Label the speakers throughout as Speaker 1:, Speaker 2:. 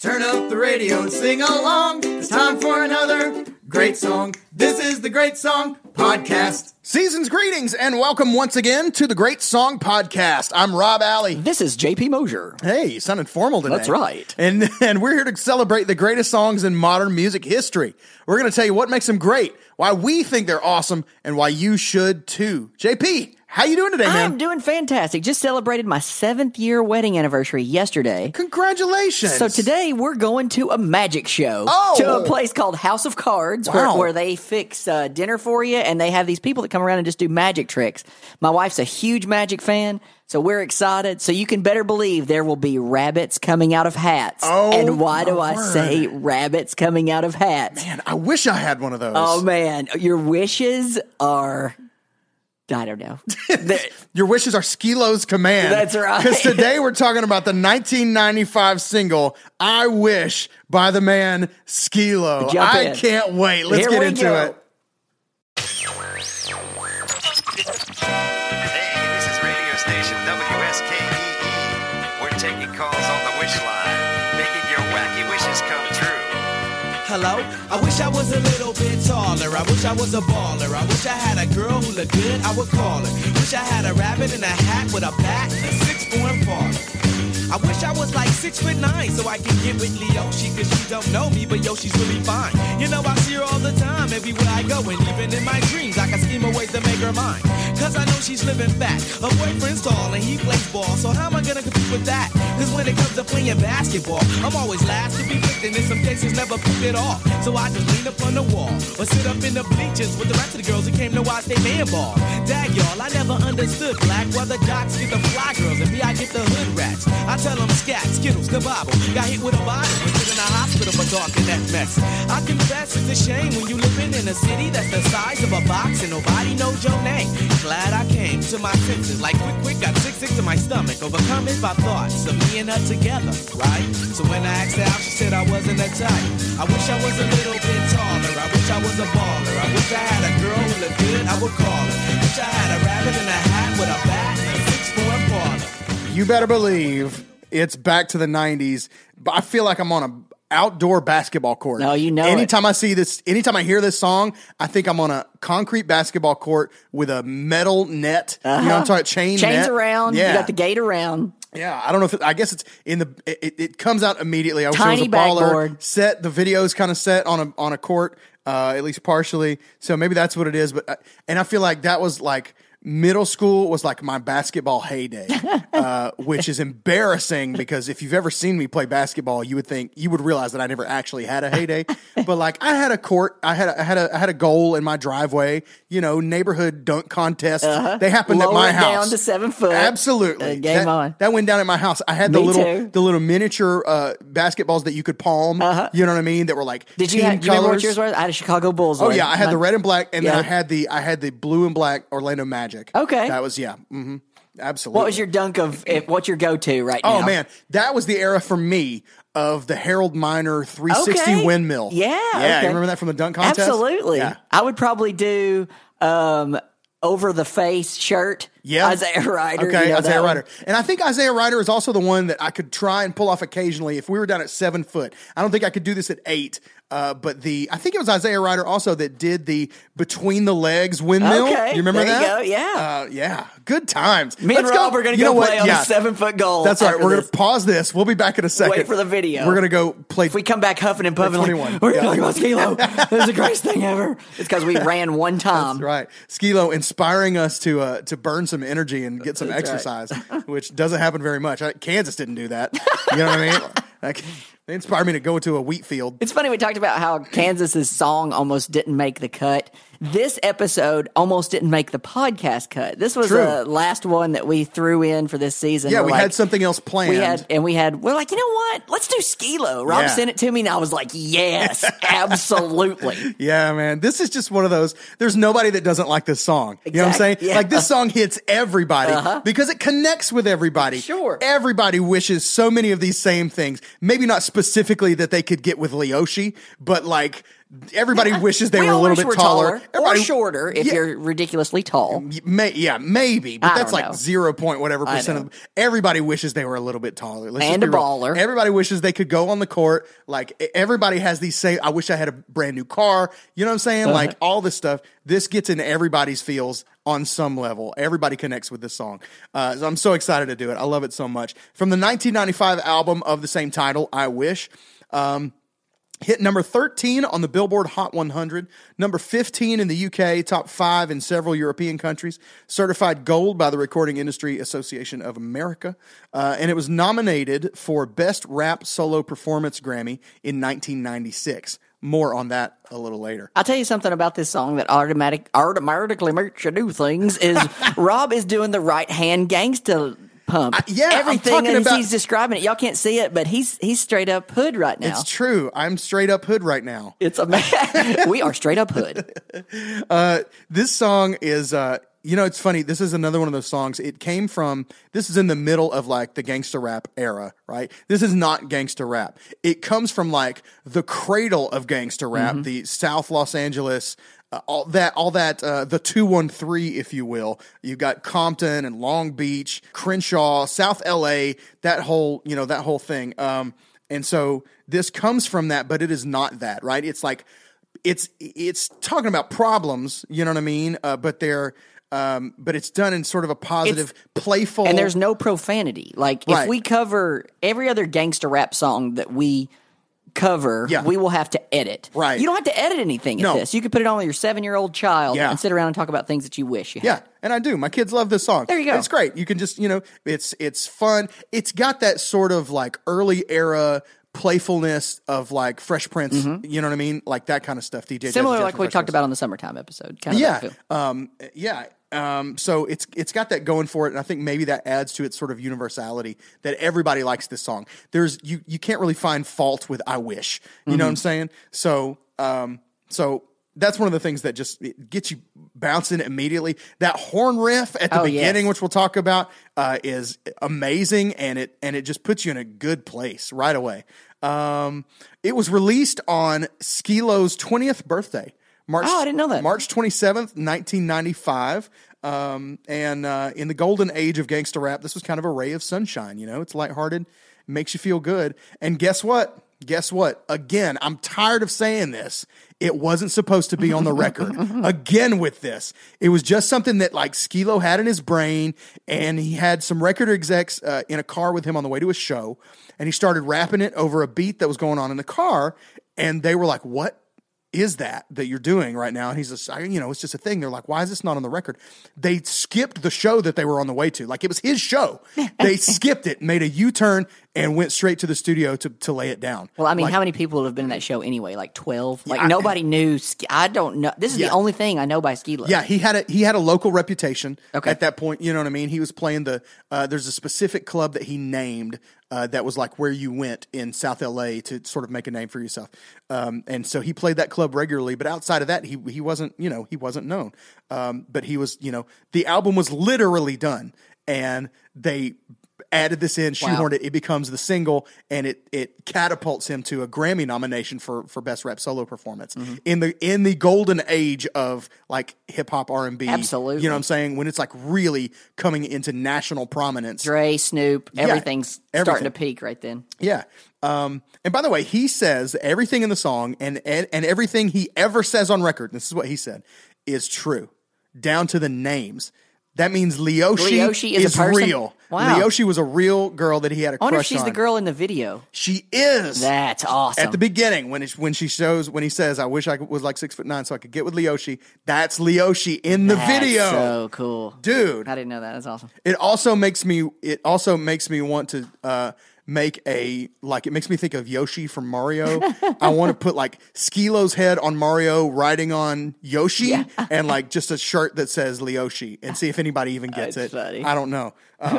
Speaker 1: Turn up the radio and sing along. It's time for another great song. This is the Great Song Podcast.
Speaker 2: Season's greetings and welcome once again to the Great Song Podcast. I'm Rob Alley.
Speaker 3: This is JP Mosier.
Speaker 2: Hey, you sounded formal today.
Speaker 3: That's right.
Speaker 2: And and we're here to celebrate the greatest songs in modern music history. We're going to tell you what makes them great, why we think they're awesome, and why you should too. JP, how you doing today, man?
Speaker 3: I'm doing fantastic. Just celebrated my seventh year wedding anniversary yesterday.
Speaker 2: Congratulations.
Speaker 3: So today we're going to a magic show
Speaker 2: Oh!
Speaker 3: to a place called House of Cards
Speaker 2: Wow.
Speaker 3: where, where they fix uh, dinner for you and they have these people that come around and just do magic tricks. My wife's a huge magic fan, so we're excited. So you can better believe there will be rabbits coming out of hats.
Speaker 2: Oh,
Speaker 3: and why do
Speaker 2: my
Speaker 3: I
Speaker 2: word.
Speaker 3: say rabbits coming out of hats?
Speaker 2: man, I wish I had one of those.
Speaker 3: Oh man, your wishes are I don't know. They're-
Speaker 2: Your wishes are Skilo's command.
Speaker 3: That's right.
Speaker 2: Because today we're talking about the 1995 single "I Wish" by the man Skilo.
Speaker 3: Jump
Speaker 2: I
Speaker 3: in.
Speaker 2: can't wait. Let's
Speaker 3: Here
Speaker 2: get
Speaker 3: we
Speaker 2: into
Speaker 3: go.
Speaker 2: it.
Speaker 4: Hey, this is radio station WSKEE. E We're taking calls on the wish line, making your wacky wishes come true.
Speaker 5: Hello? I wish I was a little bit taller. I wish I was a baller. I wish I had a girl who looked good, I would call her. Wish I had a rabbit in a hat with a bat and a six form father. I wish I was like six foot nine so I could get with Leoshi cause she don't know me, but yo, she's really fine. You know, I see her all the time everywhere I go, and even in my dreams, I can scheme a way to make her mine. Cause I know she's living fat. Her boyfriend's tall and he plays ball, so how am I gonna compete with that? Cause when it comes to playing basketball, I'm always last to be picked, and in some cases never picked at all. So I just lean up on the wall or sit up in the bleachers with the rest of the girls who came to watch they man ball. Dag y'all, I never understood black why the jocks get the fly girls and me I get the hood rats. I tell them scat, skittles, kabobble. Got hit with a bottle and put in a hospital for talking that mess. I confess it's a shame when you living in a city that's the size of a box and nobody knows your name. Glad I came to my senses, like quick, quick, got sick, sick to my stomach, overcome it by thoughts of me and her together, right? So when I asked her out, she said I wasn't a type. I wish I was a little bit taller. I wish I was a baller. I wish I had a girl who looked good. I would call her. Wish I had a rabbit in a hat with a bat and a six form parlor.
Speaker 2: You better believe it's back to the '90s. But I feel like I'm on a outdoor basketball court.
Speaker 3: No, you know it.
Speaker 2: Anytime I see this, anytime I hear this song, I think I'm on a concrete basketball court with a metal net. You know, I'm talking chain
Speaker 3: Uh-huh. chains
Speaker 2: net.
Speaker 3: around.
Speaker 2: Yeah,
Speaker 3: You got the gate around.
Speaker 2: Yeah, I don't know if it, I guess it's in the it, it- it comes out immediately. I wish
Speaker 3: Tiny
Speaker 2: it was a baller
Speaker 3: backboard.
Speaker 2: set. The video's kind of set on a on a court, uh, at least partially. So maybe that's what it is. But I, and I feel like that was like middle school was like my basketball heyday, uh, which is embarrassing because if you've ever seen me play basketball, you would think you would realize that I never actually had a heyday. but like I had a court, I had a, I had a I had a goal in my driveway. You know, neighborhood dunk contests. They happened at
Speaker 3: Uh-huh. Lower
Speaker 2: my
Speaker 3: it
Speaker 2: house.
Speaker 3: down to seven foot.
Speaker 2: Absolutely.
Speaker 3: Uh, game
Speaker 2: that,
Speaker 3: on.
Speaker 2: That went down at my house. I had the
Speaker 3: Me
Speaker 2: little
Speaker 3: too. Uh-huh.
Speaker 2: the little miniature uh, basketballs that you could palm. You know what I mean? That were like
Speaker 3: Did you
Speaker 2: team
Speaker 3: have? Do you remember what
Speaker 2: colors.
Speaker 3: yours were? I had a Chicago Bulls.
Speaker 2: Oh
Speaker 3: one.
Speaker 2: yeah, I had the
Speaker 3: My-
Speaker 2: red and black, and
Speaker 3: Yeah.
Speaker 2: then I had the I had the blue and black Orlando Magic.
Speaker 3: Okay.
Speaker 2: that was yeah, hmm absolutely.
Speaker 3: What was your dunk of? if- What's your go to right now?
Speaker 2: Oh man, that was the era for me of the Harold Miner 360
Speaker 3: Okay.
Speaker 2: windmill.
Speaker 3: Yeah,
Speaker 2: yeah.
Speaker 3: okay.
Speaker 2: You remember that from the dunk contest?
Speaker 3: Absolutely.
Speaker 2: Yeah.
Speaker 3: I would probably do um, over the face shirt.
Speaker 2: Yeah.
Speaker 3: Isaiah Ryder.
Speaker 2: Okay,
Speaker 3: you know that
Speaker 2: Isaiah
Speaker 3: one.
Speaker 2: Ryder. And I think Isaiah Ryder is also the one that I could try and pull off occasionally if we were down at seven foot. I don't think I could do this at eight. Uh, but the I think it was Isaiah Ryder also that did the between the legs windmill.
Speaker 3: Okay,
Speaker 2: you remember
Speaker 3: there you
Speaker 2: that?
Speaker 3: go, yeah.
Speaker 2: Uh, yeah. Good times.
Speaker 3: Me and Rob are going to
Speaker 2: you
Speaker 3: go
Speaker 2: know
Speaker 3: play
Speaker 2: what?
Speaker 3: on
Speaker 2: yeah.
Speaker 3: a seven foot goal.
Speaker 2: That's all right.
Speaker 3: after
Speaker 2: We're
Speaker 3: this.
Speaker 2: gonna pause this. We'll be back in a second.
Speaker 3: for the video.
Speaker 2: We're gonna go play.
Speaker 3: If we come back huffing and puffing, like,
Speaker 2: 21,
Speaker 3: we're
Speaker 2: yeah.
Speaker 3: talking about Skilo. this is the greatest thing ever. It's because we ran one time.
Speaker 2: That's right. Skilo inspiring us to uh, to burn some energy and get some
Speaker 3: That's right.
Speaker 2: exercise, which doesn't happen very much. I, Kansas didn't do that. You know what I mean? Like, they inspired me to go into a wheat field.
Speaker 3: It's funny we talked about how Kansas's song almost didn't make the cut. This episode almost didn't make the podcast cut. This was
Speaker 2: True.
Speaker 3: the last one that we threw in for this season.
Speaker 2: yeah,
Speaker 3: We're
Speaker 2: we
Speaker 3: like-
Speaker 2: had something else planned.
Speaker 3: We had and we had. We're like, you know what? Let's do Skilo. Rob
Speaker 2: Yeah.
Speaker 3: sent it to me, and I was like, yes, absolutely.
Speaker 2: yeah, man. This is just one of those. There's nobody that doesn't like this song. You know what I'm saying?
Speaker 3: Exact- yeah. Uh-huh.
Speaker 2: Like this song hits everybody because it connects with everybody.
Speaker 3: Sure.
Speaker 2: Everybody wishes so many of these same things. Maybe not specifically that they could get with Leoshi, but like Everybody wishes they
Speaker 3: we
Speaker 2: were a
Speaker 3: all
Speaker 2: little
Speaker 3: wish
Speaker 2: bit
Speaker 3: we're
Speaker 2: taller,
Speaker 3: or
Speaker 2: Everybody-
Speaker 3: shorter if
Speaker 2: Yeah.
Speaker 3: you're ridiculously tall.
Speaker 2: May, yeah, maybe, but
Speaker 3: I
Speaker 2: that's
Speaker 3: don't
Speaker 2: like
Speaker 3: know.
Speaker 2: zero point whatever
Speaker 3: I
Speaker 2: percent
Speaker 3: know.
Speaker 2: of everybody wishes they were a little bit taller. Let's just
Speaker 3: And a
Speaker 2: be real.
Speaker 3: baller.
Speaker 2: Everybody wishes they could go on the court. Like e- everybody has these say, I wish I had a brand new car. You know what I'm saying? Like
Speaker 3: Uh-huh.
Speaker 2: all this stuff. This gets into everybody's feels on some level. Everybody connects with this song. Uh, so I'm so excited to do it. I love it so much. From the 1995 album of the same title, I wish. Um, Hit number 13 on the Billboard Hot 100, number 15 in the UK, top five in several European countries, certified gold by the Recording Industry Association of America, uh, and it was nominated for Best Rap Solo Performance Grammy in 1996. More on that a little later.
Speaker 3: I'll tell you something about this song that automatic automatically makes you do things is Rob is doing the right hand gangsta pump.
Speaker 2: yeah, I'm
Speaker 3: everything
Speaker 2: talking
Speaker 3: that
Speaker 2: about-
Speaker 3: he's describing it. Y'all can't see it, but he's he's straight up hood right now.
Speaker 2: It's true. I'm straight up hood right now.
Speaker 3: It's a we are straight up hood.
Speaker 2: Uh, this song is uh you know it's funny this is another one of those songs it came from this is in the middle of like the gangster rap era right this is not gangster rap it comes from like the cradle of gangster rap the south los angeles uh, all that all that uh, the 213 if you will you got compton and long beach crenshaw south la that whole you know that whole thing um and so this comes from that but it is not that right it's like it's it's talking about problems, you know what I mean? Uh, but they're um, but it's done in sort of a positive, playful.
Speaker 3: And there's no profanity. Like
Speaker 2: Right.
Speaker 3: if we cover every other gangster rap song that we cover,
Speaker 2: Yeah.
Speaker 3: we will have to edit.
Speaker 2: Right.
Speaker 3: You don't have to edit anything
Speaker 2: No.
Speaker 3: at this. You can put it on with your seven year old child
Speaker 2: Yeah.
Speaker 3: and sit around and talk about things that you wish you
Speaker 2: yeah,
Speaker 3: had.
Speaker 2: and I do. My kids love this song.
Speaker 3: There you go.
Speaker 2: It's great. You can just you know, it's it's fun. It's got that sort of like early era playfulness of like Fresh Prince. You know what I mean? Like that kind of stuff. DJ
Speaker 3: Mm-hmm. Similar
Speaker 2: Jazzy Jeff
Speaker 3: like
Speaker 2: from
Speaker 3: we
Speaker 2: Fresh
Speaker 3: talked
Speaker 2: Prince.
Speaker 3: about on the summertime episode. Kind of that
Speaker 2: Yeah.
Speaker 3: feel.
Speaker 2: Um, yeah. Um, so it's it's got that going for it, and I think maybe that adds to its sort of universality that everybody likes this song. There's you you can't really find fault with "I Wish," you
Speaker 3: Mm-hmm.
Speaker 2: know what I'm saying? So um, so that's one of the things that just it gets you bouncing immediately. That horn riff at the
Speaker 3: Oh, yes.
Speaker 2: beginning, which we'll talk about, uh, is amazing, and it and it just puts you in a good place right away. Um, it was released on Skilo's 20th birthday. March,
Speaker 3: Oh, I didn't know that.
Speaker 2: March 27th, 1995. Um, and uh, in the golden age of gangster rap, this was kind of a ray of sunshine. You know, it's lighthearted, makes you feel good. And guess what? Guess what? Again, I'm tired of saying this. It wasn't supposed to be on the record. Again, with this, it was just something that like Skilo had in his brain, and he had some record execs uh, in a car with him on the way to a show, and he started rapping it over a beat that was going on in the car, and they were like, "What? is that that you're doing right now? And he's just, I- you know, it's just a thing. They're like, why is this not on the record? They skipped the show that they were on the way to. Like it was his show. they skipped it, made a U turn, and went straight to the studio to, to lay it down.
Speaker 3: Well, I mean,
Speaker 2: Like,
Speaker 3: how many people have been in that show anyway? Like twelve. Like
Speaker 2: I-
Speaker 3: nobody knew. Ski- I don't know. This is
Speaker 2: Yeah.
Speaker 3: the only thing I know by Ski Lift.
Speaker 2: Yeah, he had a he had a local reputation
Speaker 3: Okay.
Speaker 2: at that point. You know what I mean? He was playing the uh, there's a specific club that he named uh, that was like where you went in South LA to sort of make a name for yourself. Um, and so he played that club regularly, but outside of that, he he wasn't you know he wasn't known. Um, but he was you know the album was literally done, and they added this in, shoehorned it. It becomes the single, and it it catapults him to a Grammy nomination for for best rap solo performance
Speaker 3: Mm-hmm.
Speaker 2: in the in the golden age of like hip hop R and B.
Speaker 3: Absolutely.
Speaker 2: you know what I'm saying? When it's like really coming into national prominence.
Speaker 3: Dre, Snoop, everything's
Speaker 2: everything.
Speaker 3: starting to peak right then.
Speaker 2: Yeah. Um, and by the way, he says that everything in the song and, and and everything he ever says on record. This is what he said is true, down to the names. That means Leoshi,
Speaker 3: Leoshi is a person?
Speaker 2: real.
Speaker 3: Wow.
Speaker 2: Leoshi was a real girl that he had a
Speaker 3: I wonder if
Speaker 2: crush
Speaker 3: she's the
Speaker 2: on.
Speaker 3: girl in the video.
Speaker 2: She is
Speaker 3: That's awesome.
Speaker 2: at the beginning when it's when she shows when he says, "I wish I was like six foot nine so I could get with Leoshi." That's Leoshi in the
Speaker 3: That's
Speaker 2: video,
Speaker 3: So cool,
Speaker 2: dude.
Speaker 3: I didn't know that. That's awesome.
Speaker 2: It also makes me. It also makes me want to uh, make a like. It makes me think of Yoshi from Mario. I want to put like Skilo's head on Mario riding on Yoshi, and like just a shirt that says Leoshi, and see if anybody even gets
Speaker 3: That's
Speaker 2: it.
Speaker 3: funny.
Speaker 2: I don't know.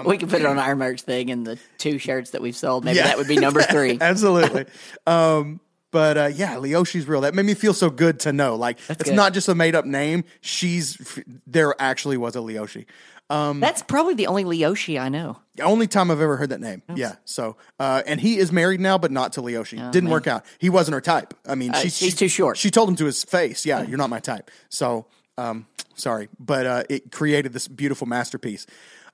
Speaker 3: we could put it on our merch thing and the two shirts that we've sold. Maybe
Speaker 2: Yeah.
Speaker 3: that would be number three.
Speaker 2: Absolutely. um, but uh, yeah, Leoshi's real. That made me feel so good to know. Like it's
Speaker 3: good.
Speaker 2: not just a made up name. She's there actually was a Leoshi.
Speaker 3: That's probably the only Leoshi I know.
Speaker 2: Only time I've ever heard that name. Yeah. So, uh, and he is married now, but not to Leoshi.
Speaker 3: Oh,
Speaker 2: Didn't work out. He wasn't her type. I mean, she,
Speaker 3: she's
Speaker 2: she-
Speaker 3: Uh, too short.
Speaker 2: She told him to his face, "Yeah, you're not my type." So, um, sorry, but uh, it created this beautiful masterpiece.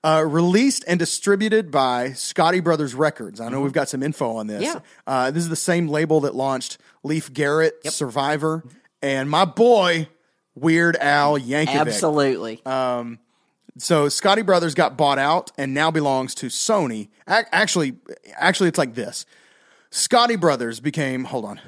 Speaker 2: Uh, released and distributed by Scotty Brothers Records. I know we've got some info on this.
Speaker 3: Mm-hmm. Yeah.
Speaker 2: Uh, this is the same label that launched Leaf Garrett, Survivor, and my boy Weird Al Yankovic.
Speaker 3: Absolutely.
Speaker 2: Um, So Scotty Brothers got bought out and now belongs to Sony. Ac- Actually, actually, it's like this: Scotty Brothers became. Hold on.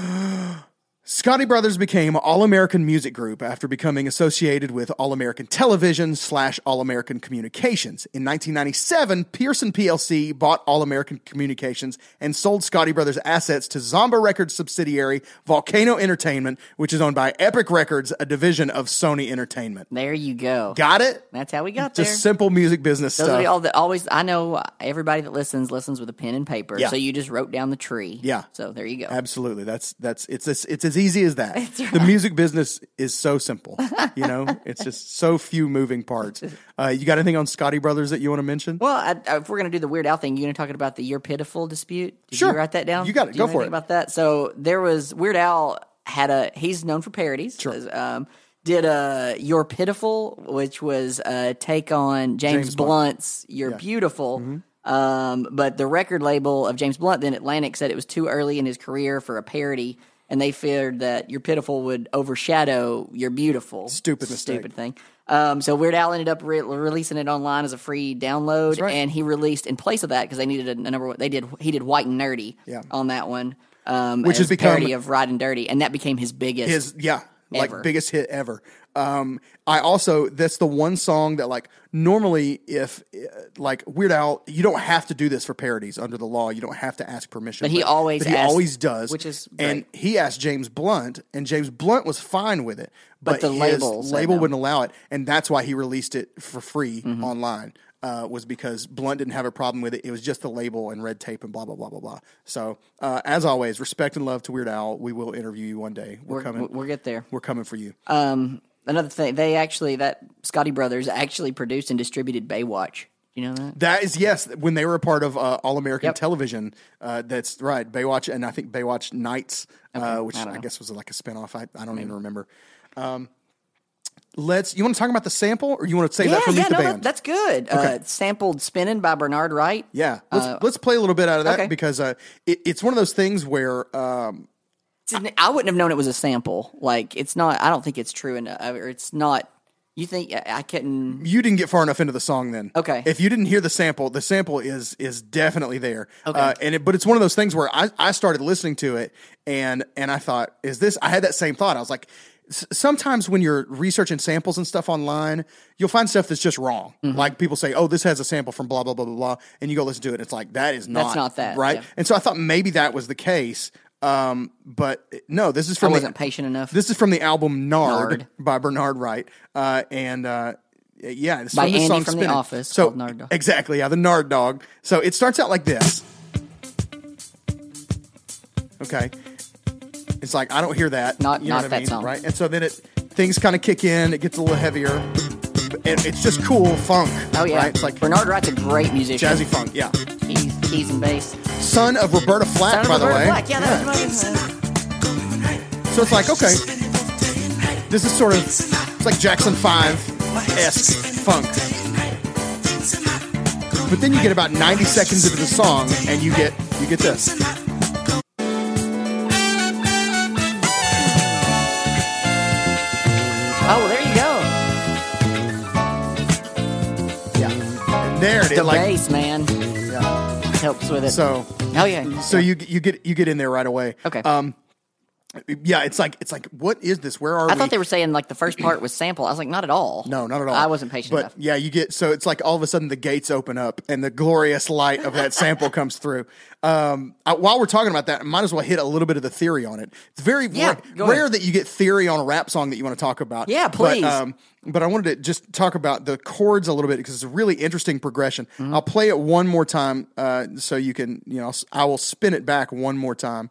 Speaker 2: Scotty Brothers became All American Music Group after becoming associated with All American Television slash All American Communications. In 1997, Pearson PLC bought All American Communications and sold Scotty Brothers assets to Zomba Records subsidiary Volcano Entertainment, which is owned by Epic Records, a division of Sony Entertainment.
Speaker 3: there you go.
Speaker 2: Got it?
Speaker 3: That's how we got there.
Speaker 2: just simple music business
Speaker 3: Those are
Speaker 2: stuff.
Speaker 3: all that always. I know everybody that listens listens with a pen and paper.
Speaker 2: Yeah.
Speaker 3: So you just wrote down the tree.
Speaker 2: Yeah.
Speaker 3: So there you go.
Speaker 2: Absolutely, that's that's it's as, it's as easy as that. The music business is so simple, you know. it's just so few moving parts. Uh, you got anything on Scotty Brothers that you want to mention?
Speaker 3: Well, I, if we're going to do the Weird Al thing, you're going to talk about the You're Pitiful dispute. Did
Speaker 2: Sure.
Speaker 3: You write that down?
Speaker 2: You got it.
Speaker 3: Do you
Speaker 2: Go
Speaker 3: know
Speaker 2: for
Speaker 3: anything
Speaker 2: it.
Speaker 3: About that. So there was Weird Al had a, he's known for parodies. Sure. Um, did uh, You're Pitiful, which was a take on James,
Speaker 2: James Blunt. Mm-hmm.
Speaker 3: Blunt's You're Beautiful. Um, but the record label of James Blunt, then Atlantic, said it was too early in his career for a parody. And they feared that You're Pitiful would overshadow You're Beautiful.
Speaker 2: Stupid mistake.
Speaker 3: Stupid thing. Um, so Weird Al ended up re- releasing it online as a free download,
Speaker 2: right.
Speaker 3: and he released in place of that because they needed a, number one. They did he did White and Nerdy
Speaker 2: Yeah.
Speaker 3: on that one, um,
Speaker 2: Which has
Speaker 3: as a
Speaker 2: become-
Speaker 3: parody of Ride and Dirty, and that became his biggest.
Speaker 2: His yeah, like
Speaker 3: Ever.
Speaker 2: biggest hit ever. Um, I also that's the one song that like normally if uh, like Weird Al, you don't have to do this for parodies under the law. You don't have to ask permission.
Speaker 3: But he always
Speaker 2: but he
Speaker 3: asks-
Speaker 2: always does,
Speaker 3: which is
Speaker 2: and he asked James Blunt, and James Blunt was fine with it, but,
Speaker 3: the
Speaker 2: his
Speaker 3: label said
Speaker 2: label
Speaker 3: no.
Speaker 2: wouldn't allow it, and that's why he released it for free
Speaker 3: Mm-hmm.
Speaker 2: online. Uh, was because Blunt didn't have a problem with it. It was just the label and red tape and blah blah blah blah blah. So uh, as always, respect and love to Weird Al. We will interview you one day. We're,
Speaker 3: we're, Uh,
Speaker 2: coming.
Speaker 3: we'll get there.
Speaker 2: We're coming for you.
Speaker 3: Another thing, they actually that Scotty Brothers actually produced and distributed Baywatch. You know that?
Speaker 2: that is yes. When they were a part of uh, All American
Speaker 3: Yep.
Speaker 2: Television, uh, that's right. Baywatch and I think Baywatch Nights, uh, which
Speaker 3: I don't
Speaker 2: I,
Speaker 3: know.
Speaker 2: guess was like a spinoff. I, I don't even remember. Um, let's. You want to talk about the sample, or you want to save that for Meet the
Speaker 3: no,
Speaker 2: Band?
Speaker 3: that, that's good. Uh, sampled "Spinning" by Bernard Wright.
Speaker 2: yeah, let's let's play a little bit out of that
Speaker 3: Uh, okay.
Speaker 2: because uh, it, it's one of those things where um,
Speaker 3: It's an- I wouldn't have known it was a sample. Like it's not. I don't think it's true enough. Or it's not. You think I, I couldn't?
Speaker 2: you didn't get far enough into the song. Then
Speaker 3: Okay.
Speaker 2: if you didn't hear the sample, the sample is is definitely there.
Speaker 3: Okay.
Speaker 2: uh, and it, but it's one of those things where I, I started listening to it and and I thought, is this? I had that same thought. I was like, s- sometimes when you're researching samples and stuff online, you'll find stuff that's just wrong.
Speaker 3: Mm-hmm.
Speaker 2: Like people say, oh, this has a sample from blah blah blah blah blah, and you go listen to it, and it's like that is not
Speaker 3: not that,
Speaker 2: right.
Speaker 3: yeah.
Speaker 2: And so I thought maybe that was the case. Um, but no, this is
Speaker 3: I
Speaker 2: from
Speaker 3: wasn't
Speaker 2: the,
Speaker 3: patient enough.
Speaker 2: This is from the album Nard,
Speaker 3: Nard.
Speaker 2: by Bernard Wright, uh, and uh, yeah, it's
Speaker 3: By
Speaker 2: from the
Speaker 3: Andy
Speaker 2: song
Speaker 3: from The
Speaker 2: Spinning.
Speaker 3: Office,
Speaker 2: So
Speaker 3: called Nard Dog.
Speaker 2: exactly, yeah, the Nard Dog. So it starts out like this. Okay, it's like I don't hear that.
Speaker 3: Not-
Speaker 2: you know what
Speaker 3: not
Speaker 2: I
Speaker 3: that
Speaker 2: mean,
Speaker 3: song.
Speaker 2: right? And so then it things kind of kick in. It gets a little heavier, and it's just cool funk.
Speaker 3: Oh yeah,
Speaker 2: right? it's like
Speaker 3: Bernard Wright's a great musician.
Speaker 2: jazzy funk. Yeah,
Speaker 3: Keys, keys and bass.
Speaker 2: son of Roberta Flack,
Speaker 3: Sound of
Speaker 2: by the
Speaker 3: Roberta
Speaker 2: way.
Speaker 3: Flack. Yeah, that was my-
Speaker 2: So it's like, okay, this is sort of it's like Jackson Five esque funk. But then you get about 90 seconds into the song, and you get you get this.
Speaker 3: Oh, there you go.
Speaker 2: Yeah, there it
Speaker 3: The
Speaker 2: is. Like,
Speaker 3: bass man
Speaker 2: yeah.
Speaker 3: helps with it.
Speaker 2: So
Speaker 3: oh yeah.
Speaker 2: so you you get you get in there right away.
Speaker 3: Okay.
Speaker 2: Um. Yeah, it's like it's like what is this? Where are
Speaker 3: I
Speaker 2: we?
Speaker 3: thought they were saying like the first part was sample. I was like, not at all.
Speaker 2: No, not at all.
Speaker 3: I wasn't patient
Speaker 2: but
Speaker 3: enough.
Speaker 2: yeah, you get so it's like all of a sudden the gates open up and the glorious light of that sample comes through. Um, I- while we're talking about that, I might as well hit a little bit of the theory on it. It's very
Speaker 3: Yeah,
Speaker 2: rare,
Speaker 3: go
Speaker 2: rare
Speaker 3: ahead.
Speaker 2: that you get theory on a rap song that you want to talk about.
Speaker 3: Yeah, please.
Speaker 2: But, um, but I wanted to just talk about the chords a little bit because it's a really interesting progression.
Speaker 3: Mm-hmm.
Speaker 2: I'll play it one more time uh, so you can, you know, I'll s- I will spin it back one more time.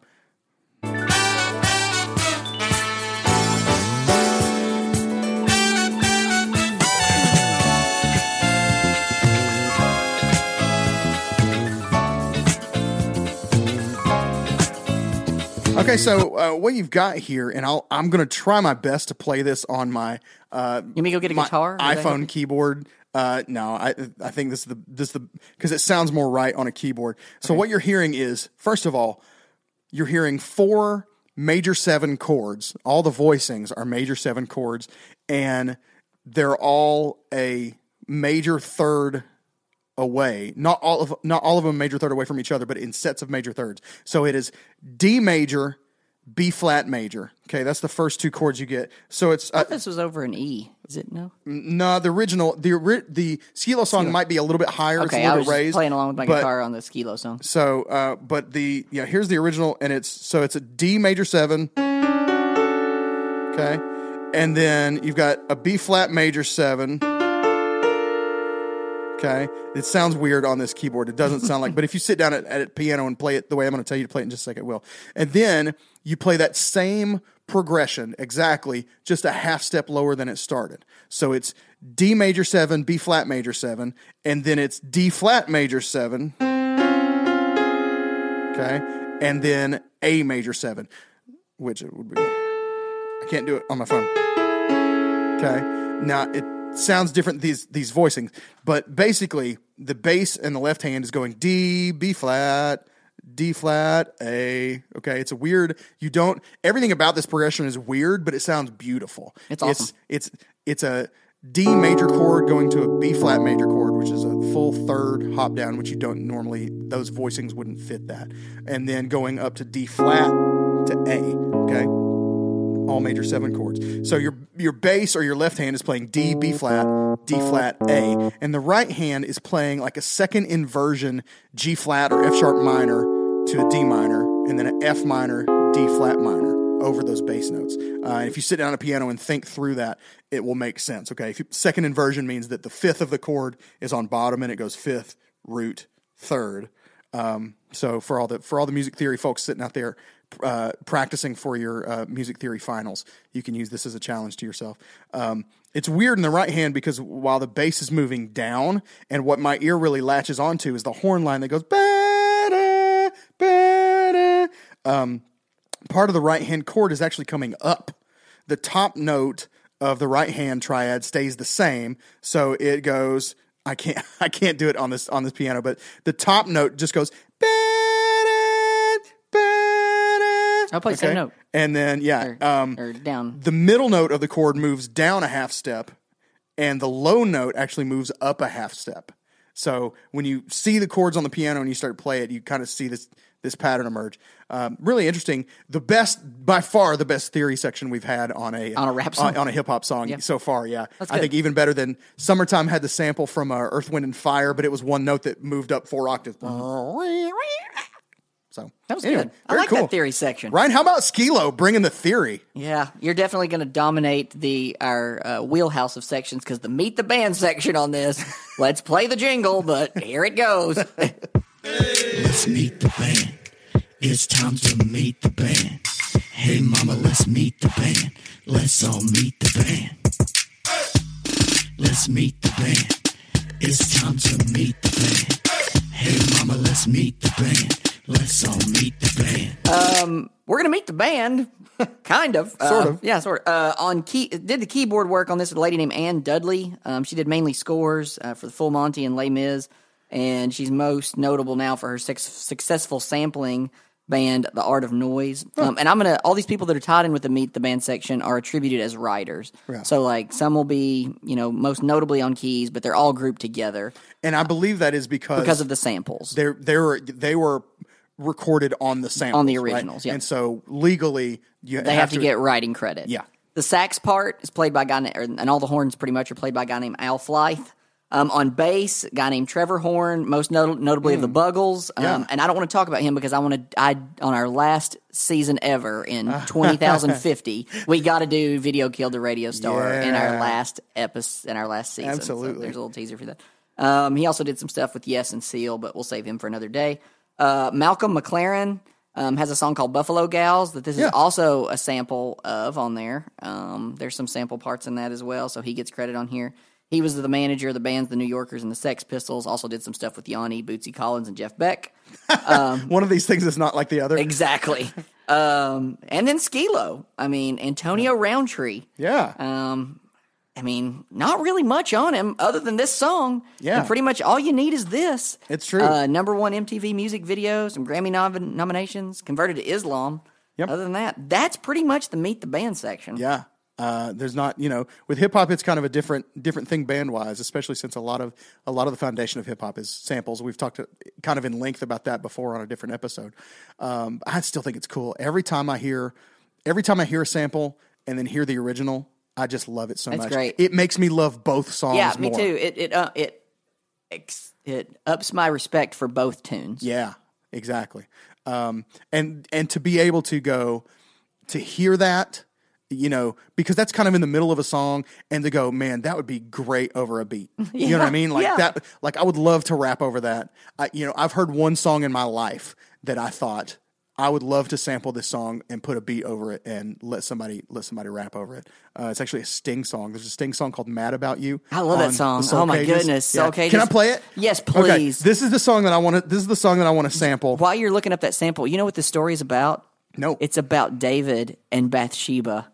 Speaker 2: Okay, so uh, what you've got here, and I'll, I'm going to try my best to play this on my uh,
Speaker 3: You mean go get a
Speaker 2: my
Speaker 3: guitar? Is that
Speaker 2: iPhone keyboard. Uh, no, I I think this is the this is the because it sounds more right on a keyboard. So what you're hearing is first of all, you're hearing four major seven chords. All the voicings are major seven chords, and they're all a major third away. Not all of not all of them major third away from each other, but in sets of major thirds. So it is D major, B flat major. Okay, that's the first two chords you get. So it's uh,
Speaker 3: This was over an E. Is it no?
Speaker 2: no, the original, the ori- the Skilo song might be a little bit higher. it's a
Speaker 3: Okay,
Speaker 2: little
Speaker 3: I was
Speaker 2: bit
Speaker 3: just
Speaker 2: raised,
Speaker 3: playing along with my
Speaker 2: but-
Speaker 3: guitar on the Skilo song.
Speaker 2: So, uh, but the yeah, here's the original, and it's so it's a D major seven. Okay, and then you've got a B flat major seven. Okay, it sounds weird on this keyboard. It doesn't sound like, but if you sit down at, at a piano and play it the way I'm going to tell you to play it in just a second, it will. And then you play that same progression exactly, just a half step lower than it started. So it's D major seven, B flat major seven, and then it's D flat major seven. Okay, and then A major seven, which it would be. I can't do it on my phone. Okay. Now it sounds different these these voicings, but basically the bass and the left hand is going D B flat D flat A. Okay, it's a weird. You don't everything about this progression is weird, but it sounds beautiful.
Speaker 3: It's awesome.
Speaker 2: It's it's, it's a D major chord going to a B flat major chord, which is a full third hop down, which you don't normally those voicings wouldn't fit that, and then going up to D flat to A. Okay all major seven chords. So your your bass or your left hand is playing D, B flat, D flat, A, and the right hand is playing like a second inversion G flat or F sharp minor to a D minor, and then an F minor, D flat minor over those bass notes. Uh, if you sit down at a piano and think through that, it will make sense. Okay, if you, second inversion means that the fifth of the chord is on bottom and it goes fifth root third. Um, so for all the for all the music theory folks sitting out there uh, practicing for your uh, music theory finals, you can use this as a challenge to yourself. Um, it's weird in the right hand because while the bass is moving down, and what my ear really latches onto is the horn line that goes better, better. Um, part of the right hand chord is actually coming up. The top note of the right hand triad stays the same, so it goes. I can't. I can't do it on this on this piano, but the top note just goes. I'll
Speaker 3: play same note.
Speaker 2: And then yeah,
Speaker 3: Or,
Speaker 2: um,
Speaker 3: or down.
Speaker 2: the middle note of the chord moves down a half step, and the low note actually moves up a half step. So when you see the chords on the piano and you start to play it, you kind of see this this pattern emerge. Um, really interesting. The best, by far, the best theory section we've had on a
Speaker 3: On a rap song?
Speaker 2: on, on a hip hop song so far. Yeah, I
Speaker 3: good.
Speaker 2: think even better than "Summertime" had the sample from uh, Earth, Wind, and Fire, but it was one note that moved up four octaves. So
Speaker 3: Mm-hmm. That was
Speaker 2: anyway,
Speaker 3: good. I
Speaker 2: very
Speaker 3: like
Speaker 2: cool.
Speaker 3: that theory section.
Speaker 2: Ryan, how about Skilo bringing the theory?
Speaker 3: Yeah, you're definitely going to dominate the our uh, wheelhouse of sections because the meet the band section on this. let's play the jingle, but here it goes.
Speaker 6: Let's meet the band. It's time to meet the band. Hey, mama, let's meet the band. Let's all meet the band. Let's meet the band. It's time to meet the band. Hey, mama, let's meet the band. Let's all meet the band.
Speaker 3: We're going to meet the band, kind of,
Speaker 2: Sort
Speaker 3: Uh,
Speaker 2: of.
Speaker 3: yeah, sort of. Uh, on key, did the keyboard work on this? A lady named Ann Dudley. Um, she did mainly scores uh, for the Full Monty and Les Mis, and she's most notable now for her six, successful sampling band, The Art of Noise. Um, and I'm gonna all these people that are tied in with the meet the band section are attributed as writers. So like some will be you know most notably on keys, but they're all grouped together
Speaker 2: And I believe that is because
Speaker 3: because of the samples.
Speaker 2: they they were they were recorded on the samples
Speaker 3: On the
Speaker 2: right?
Speaker 3: originals, yeah.
Speaker 2: and so legally you
Speaker 3: They have, to, get writing credit.
Speaker 2: Yeah.
Speaker 3: The sax part is played by a guy, na- or- and all the horns pretty much are played by a guy named Al Flythe. Um, on bass, a guy named Trevor Horn, most not- notably of the Buggles.
Speaker 2: Hmm.
Speaker 3: Um,
Speaker 2: Yeah.
Speaker 3: And I don't want to talk about him because I want to. I on our last season ever in twenty thousand fifty, we got to do "Video Killed the Radio Star" in our
Speaker 2: Yeah.
Speaker 3: last episode, in our last season. So
Speaker 2: Absolutely.
Speaker 3: there's a little teaser for that. Um, he also did some stuff with Yes and Seal, but we'll save him for another day. Uh, Malcolm McLaren um, has a song called Buffalo Gals that this
Speaker 2: Yeah.
Speaker 3: is also a sample of on there. Um, there's some sample parts in that as well, so he gets credit on here. He was the manager of the bands The New Yorkers and the Sex Pistols. Also did some stuff with Yanni, Bootsy Collins, and Jeff Beck.
Speaker 2: one of these things is not like the other
Speaker 3: Exactly. Um, and then Skilo. I mean, Antonio Roundtree.
Speaker 2: Yeah.
Speaker 3: Um, I mean, not really much on him other than this song.
Speaker 2: Yeah.
Speaker 3: And pretty much all you need is this.
Speaker 2: It's true.
Speaker 3: Uh, number one MTV music video, some Grammy nom- nominations, converted to Islam.
Speaker 2: Yep.
Speaker 3: Other than that, that's pretty much the meet the band section.
Speaker 2: Yeah. Uh, there's not, you know, with hip hop, it's kind of a different, different thing band wise, especially since a lot of, a lot of the foundation of hip hop is samples. We've talked to, kind of in length about that before on a different episode. Um, I still think it's cool. Every time I hear, every time I hear a sample and then hear the original, I just love it so
Speaker 3: That's
Speaker 2: much.
Speaker 3: great.
Speaker 2: It makes me love both songs.
Speaker 3: Yeah, me
Speaker 2: more.
Speaker 3: too. It it uh, it ex- it ups my respect for both tunes.
Speaker 2: Yeah, exactly. Um, and and to be able to go to hear that, you know, because that's kind of in the middle of a song, and to go, man, that would be great over a beat. you know what I mean? Like
Speaker 3: yeah.
Speaker 2: that. Like I would love to rap over that. I, you know, I've heard one song in my life that I thought. I would love to sample this song and put a beat over it and let somebody let somebody rap over it. Uh, it's actually a Sting song. There's a Sting song called "Mad About You."
Speaker 3: I love that
Speaker 2: on
Speaker 3: song.
Speaker 2: the Soul
Speaker 3: Oh my
Speaker 2: Cages.
Speaker 3: goodness, Soul
Speaker 2: Can I
Speaker 3: Cages.
Speaker 2: play it?
Speaker 3: Yes,
Speaker 2: Okay,
Speaker 3: please.
Speaker 2: This is the song that I want to. This is the song that I want to sample.
Speaker 3: While you're looking up that sample, you know what the story is about?
Speaker 2: No.
Speaker 3: It's about David and Bathsheba.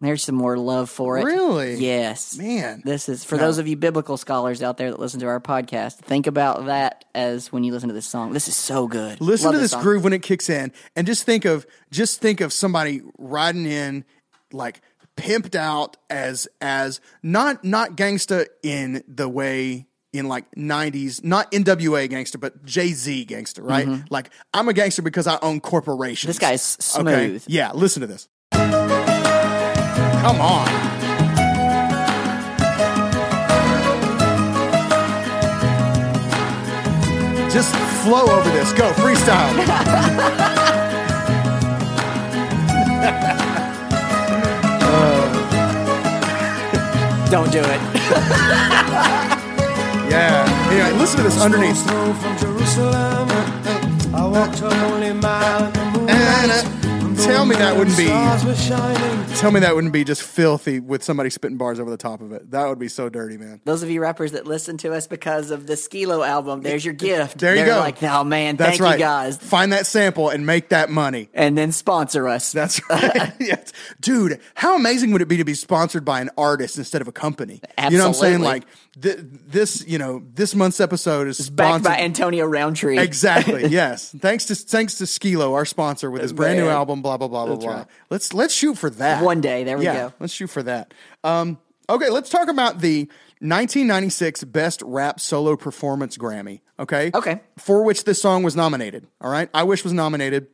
Speaker 3: There's some more love for it.
Speaker 2: Really?
Speaker 3: Yes.
Speaker 2: Man.
Speaker 3: This is for those of you biblical scholars out there that listen to our podcast, think about that as when you listen to this song. This is so good.
Speaker 2: Listen
Speaker 3: Love
Speaker 2: to this
Speaker 3: song.
Speaker 2: groove when it kicks in, and just think of just think of somebody riding in, like pimped out as as not not gangsta in the way in like '90s, not NWA gangster, but Jay Z gangster, right? Like I'm a gangster because I own corporations.
Speaker 3: Mm-hmm. This guy's smooth.
Speaker 2: Yeah, listen to this. Come on. Just flow over this. Go freestyle.
Speaker 3: Don't do it.
Speaker 2: Yeah. Anyway, listen to this underneath.
Speaker 5: Snow from Jerusalem. I walked a lonely mile in the moonlight.
Speaker 2: Tell me Eh, that wouldn't be-
Speaker 5: Stars were shining.
Speaker 2: Tell me that wouldn't be just filthy with somebody spitting bars over the top of it. That would be so dirty, man.
Speaker 3: Those of you rappers that listen to us because of the Skilo album, there's your gift.
Speaker 2: There you
Speaker 3: They're
Speaker 2: go.
Speaker 3: Like, oh man,
Speaker 2: That's
Speaker 3: thank
Speaker 2: right.
Speaker 3: you guys.
Speaker 2: Find that sample and make that money.
Speaker 3: And then sponsor us.
Speaker 2: That's right. yes. Dude, how amazing would it be to be sponsored by an artist instead of a company? You know what I'm saying?
Speaker 3: Absolutely.
Speaker 2: Like th- this, you know, this month's episode is sponsored
Speaker 3: backed by Antonio Roundtree.
Speaker 2: Exactly. yes. Thanks to thanks to Skilo, our sponsor, with his brand new
Speaker 3: Right.
Speaker 2: album. Blah blah blah blah blah.
Speaker 3: right.
Speaker 2: Let's let's shoot for that
Speaker 3: One day. There we
Speaker 2: Yeah,
Speaker 3: go.
Speaker 2: Let's shoot for that. Um, okay, let's talk about the 1996 Best Rap Solo Performance Grammy. Okay.
Speaker 3: Okay.
Speaker 2: For which this song was nominated. All right. I wish was nominated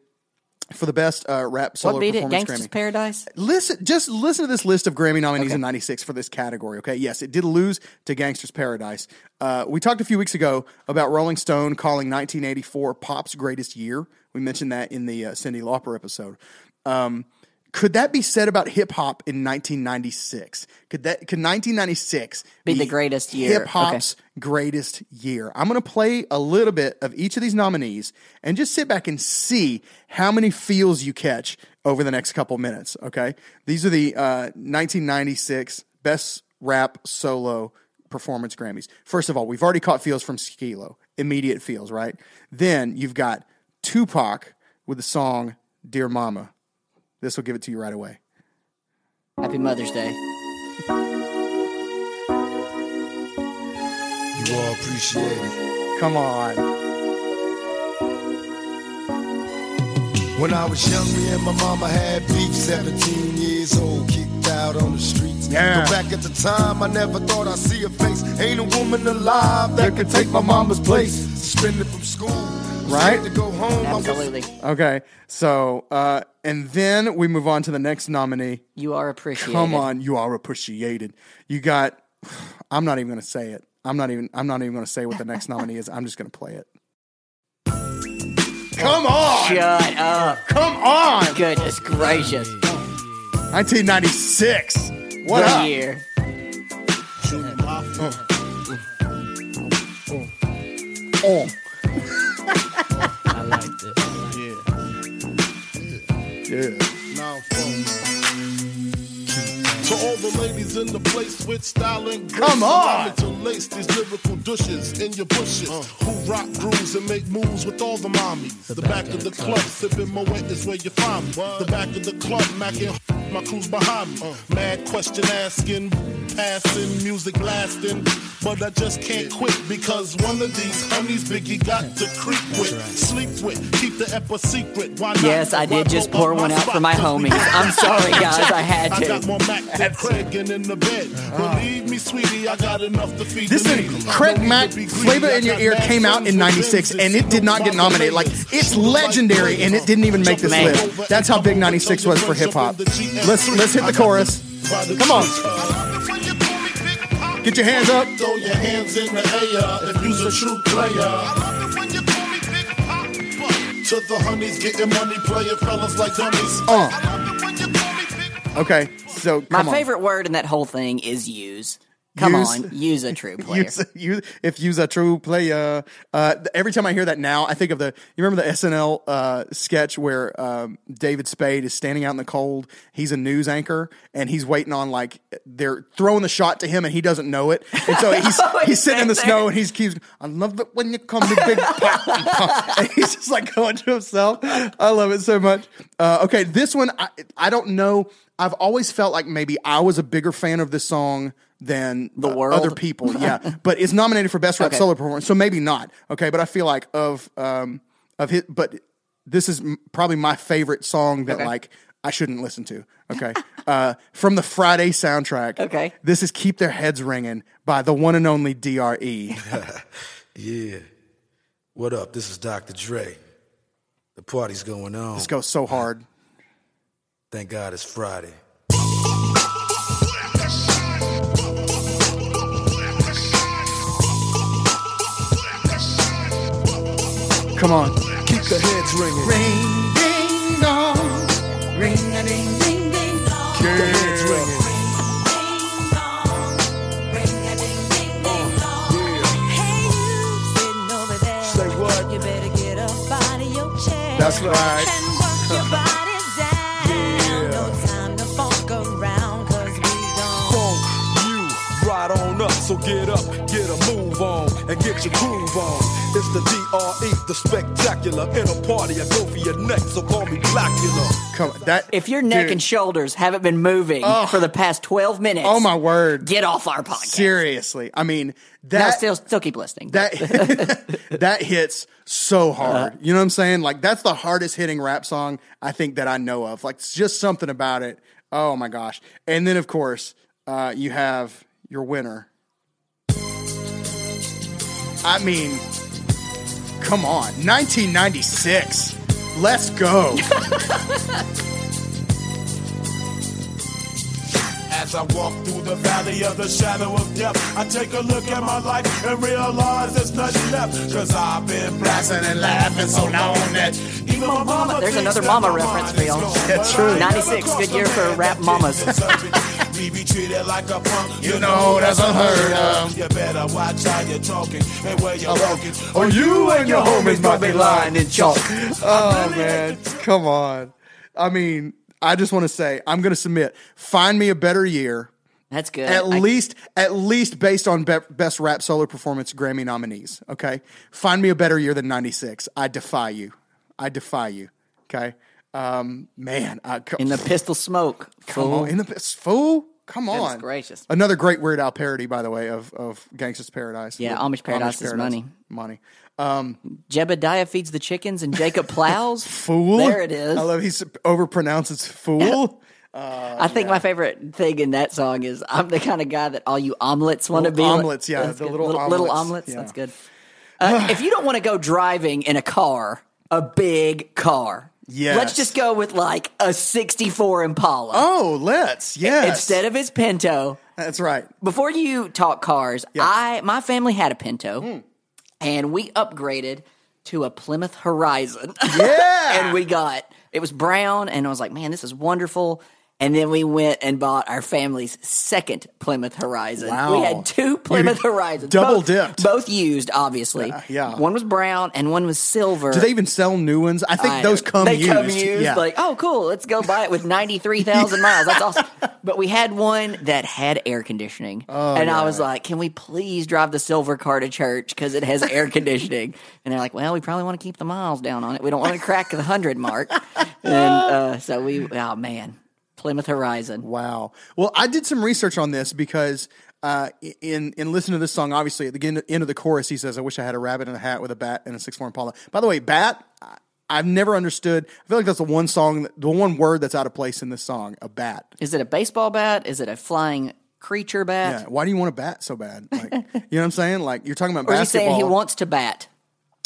Speaker 2: for the best uh, rap solo
Speaker 3: What beat it?
Speaker 2: performance
Speaker 3: Gangsta's
Speaker 2: Grammy
Speaker 3: Paradise?
Speaker 2: listen just listen to this list of grammy nominees in 96 for this category okay yes it did lose to gangsters paradise uh, we talked a few weeks ago about rolling stone calling 1984 pop's greatest year we mentioned that in the uh, cindy lauper episode um, could that be said about hip hop in 1996? Could that could 1996
Speaker 3: Be the greatest year.
Speaker 2: Hip hop's greatest year. I'm going to play a little bit of each of these nominees and just sit back and see how many feels you catch over the next couple minutes. Okay, these are the uh, 1996 best rap solo performance Grammys. First of all, we've already caught feels from Skilo, immediate feels, right? Then you've got Tupac with the song "Dear Mama." This will give it to you right away.
Speaker 3: Happy Mother's Day.
Speaker 7: You all appreciate it.
Speaker 2: Come on,
Speaker 7: When I was young, me and my mama had beef. 17 years old, kicked out on the streets.
Speaker 2: Yeah.
Speaker 7: Though back at the time, I never thought I'd see a face. Ain't a woman alive that could take my mama's place. Suspended from school. was
Speaker 2: Right?
Speaker 7: scared To go home. I was-
Speaker 3: Absolutely.
Speaker 2: okay. So, uh, and then we move on to the next nominee.
Speaker 3: You are appreciated.
Speaker 2: Come on, you are appreciated. You got. I'm not even going to say it. I'm not even. I'm not even going to say what the next nominee is. I'm just going to play it. Come on,
Speaker 3: Shut up.
Speaker 2: come on.
Speaker 3: Goodness gracious.
Speaker 2: 1996. What
Speaker 3: Good
Speaker 2: up?
Speaker 3: year.
Speaker 2: Oh.
Speaker 8: I like this.
Speaker 2: Yeah.
Speaker 7: Now, folks, keep
Speaker 9: To all the ladies in the place with style and grace.
Speaker 2: Come on!
Speaker 9: To lace these lyrical douches in your bushes. Who rock grooves and make moves with all the mommies. Uh. The, back, of the club, sipping my wet is where you find me. The back of the club, macking my crew's behind me. Mad question asking, passing, music blasting. But I just can't quit because one of these honeys Biggie got to creep with, sleep with, keep the epic secret. Why not?
Speaker 3: Yes, I
Speaker 9: Why
Speaker 3: did just
Speaker 9: blow up
Speaker 3: pour
Speaker 9: my
Speaker 3: one out for
Speaker 9: spot?
Speaker 3: my
Speaker 9: 'Cause we
Speaker 3: homies. I'm sorry, guys. I had
Speaker 9: I got
Speaker 3: to.
Speaker 9: more Mac than Craig and in the bed. Believe me, sweetie, I got enough to feed
Speaker 2: This
Speaker 9: the
Speaker 2: is
Speaker 9: need.
Speaker 2: Craig
Speaker 9: Don't need
Speaker 2: Mack.
Speaker 9: to be greedy.
Speaker 2: Flavor
Speaker 9: I
Speaker 2: in Your
Speaker 9: got
Speaker 2: Ear
Speaker 9: mad
Speaker 2: came out in
Speaker 9: friends
Speaker 2: '96
Speaker 9: with
Speaker 2: and it did not get nominated. Like it's legendary and it didn't even make this list. That's how big '96 was for hip hop. Let's let's hit the chorus. Come on. Get your hands up.
Speaker 9: Throw your hands in the air if you's a true player. To the honeys, getting money, playing fellas like dummies.
Speaker 2: Uh. Okay, so
Speaker 3: My
Speaker 2: come on.
Speaker 3: favorite word in that whole thing is use. Come
Speaker 2: Use.
Speaker 3: on, use a true player.
Speaker 2: Use, you, if you's a true player, uh, th- every time I hear that now, I think of the. You remember the SNL uh, sketch where um, David Spade is standing out in the cold. He's a news anchor and he's waiting on like they're throwing the shot to him and he doesn't know it. And so he's he's, sitting in the
Speaker 3: Oh, standing
Speaker 2: snow and he's keeps. I love it when you call me big pop. and he's just like going to himself. I love it so much. Uh, okay, this one I I don't know. I've always felt like maybe I was a bigger fan of this song than the
Speaker 3: world?
Speaker 2: other people. Yeah, but it's nominated for best rap
Speaker 3: Okay.
Speaker 2: solo performance, so maybe not. Okay, but I feel like of um of his, but this is m- probably my favorite song that like I shouldn't listen to. Okay, uh, from the Friday soundtrack.
Speaker 3: Okay.
Speaker 2: this is "Keep Their Heads Ringing" by the one and only E. Dre.
Speaker 10: Yeah. What up? This is Dr. Dre. The party's going on.
Speaker 2: This goes so hard.
Speaker 10: Thank God it's Friday.
Speaker 2: Come on,
Speaker 10: Keep the heads ringing.
Speaker 3: Oh,
Speaker 10: The heads ringing. Say what?
Speaker 2: that's right.
Speaker 10: funk you right on up so get up get a move on and get your groove on it's the dre the spectacular in a party i go for your neck so call me blackula
Speaker 2: Come that
Speaker 3: If your neck
Speaker 2: dude.
Speaker 3: and shoulders haven't been moving for the past 12 minutes,
Speaker 2: oh my word,
Speaker 3: get off our podcast.
Speaker 2: seriously. I mean
Speaker 3: Now
Speaker 2: that
Speaker 3: still, still keep listening.
Speaker 2: that that hits so hard. you know what I'm saying? Like that's the hardest hitting rap song I think that I know of. Like it's just something about it. Oh my gosh! And then of course uh, you have your winner. I mean, come on, 1996. Let's go.
Speaker 9: As I walk through the valley of the shadow of death, I take a look at my life and realize there's nothing left. Cause I've been blasting and laughing so long that even my mama.
Speaker 3: There's
Speaker 9: thinks
Speaker 3: another
Speaker 9: that
Speaker 3: mama
Speaker 9: my
Speaker 3: reference
Speaker 9: mind
Speaker 3: for
Speaker 9: is
Speaker 3: y'all.
Speaker 9: gone.
Speaker 2: That's
Speaker 9: But
Speaker 2: true.
Speaker 9: I ain't
Speaker 3: 96,
Speaker 9: never
Speaker 3: good
Speaker 9: crossed
Speaker 3: year
Speaker 9: a
Speaker 3: for
Speaker 9: man
Speaker 3: rap
Speaker 9: that
Speaker 3: mamas.
Speaker 9: didn't deserve it. Me be treated like a punk. You
Speaker 2: know that's unheard of.
Speaker 9: You better watch how you're talking and where you're walking.
Speaker 2: Oh, you and your homies might be lying
Speaker 3: in chalk.
Speaker 2: Oh man, come on. I mean, I just want to say I'm going to submit. Find me a better year.
Speaker 3: That's good.
Speaker 2: at
Speaker 3: I-
Speaker 2: least at least based on be- best rap solo performance Grammy nominees. Okay, find me a better year than '96. I defy you. I defy you. Okay, um, man, I, co-
Speaker 3: in the pistol smoke.
Speaker 2: come
Speaker 3: fool.
Speaker 2: on, in the best fool. Come
Speaker 3: Goodness
Speaker 2: on,
Speaker 3: gracious.
Speaker 2: Another great Weird Al parody, by the way, of of Gangsta's Paradise.
Speaker 3: Yeah,
Speaker 2: With
Speaker 3: Amish Paradise is money.
Speaker 2: Money. Um,
Speaker 3: Jebediah feeds the chickens and Jacob plows.
Speaker 2: fool.
Speaker 3: There it is.
Speaker 2: I love he's overpronounces fool.
Speaker 3: I think my favorite thing in that song is I'm the kind of guy that all you omelets want to be.
Speaker 2: Little
Speaker 3: like-
Speaker 2: omelets, yeah,
Speaker 3: That's
Speaker 2: the
Speaker 3: good.
Speaker 2: little omelets,
Speaker 3: little omelets.
Speaker 2: yeah.
Speaker 3: That's good. Uh, if you don't want to go driving in a car, a big car,
Speaker 2: Yes.
Speaker 3: let's just go with like a 64 Impala
Speaker 2: oh, let's yes.
Speaker 3: instead of his Pinto.
Speaker 2: that's right.
Speaker 3: Before you talk cars, I my family had a Pinto,
Speaker 2: Hmm.
Speaker 3: and we upgraded to a Plymouth Horizon.
Speaker 2: Yeah.
Speaker 3: and we got it was brown, and I was like, man, this is wonderful. And then we went and bought our family's second Plymouth Horizon.
Speaker 2: Wow.
Speaker 3: We had two Plymouth Horizons.
Speaker 2: double
Speaker 3: both,
Speaker 2: dipped.
Speaker 3: Both used, obviously.
Speaker 2: Yeah, yeah.
Speaker 3: One was brown and one was silver.
Speaker 2: Do they even sell new ones? I think
Speaker 3: I
Speaker 2: those
Speaker 3: don't-
Speaker 2: come
Speaker 3: they
Speaker 2: used.
Speaker 3: come used.
Speaker 2: Yeah.
Speaker 3: Like, oh, cool, let's go buy it with ninety three thousand miles. That's awesome. But we had one that had air conditioning,
Speaker 2: Oh,
Speaker 3: and I was like, "Can we please drive the silver car to church because it has air conditioning?" And they're like, "Well, we probably want to keep the miles down on it. We don't want to crack the hundred mark." and uh, so we, oh man, Plymouth Horizon.
Speaker 2: Wow. Well, I did some research on this because uh, in in listening to this song, obviously at the gen- end of the chorus, he says, "I wish I had a rabbit and a hat with a bat and a six four Impala." By the way, bat. I- I've never understood. I feel like that's the one song, that- the one word that's out of place in this song. A bat.
Speaker 3: Is it a baseball bat? Is it a flying creature bat?
Speaker 2: Yeah. Why do you want a bat so bad? Like, you know what I'm saying? Like you're talking about
Speaker 3: Or is he
Speaker 2: basketball.
Speaker 3: saying he wants to bat?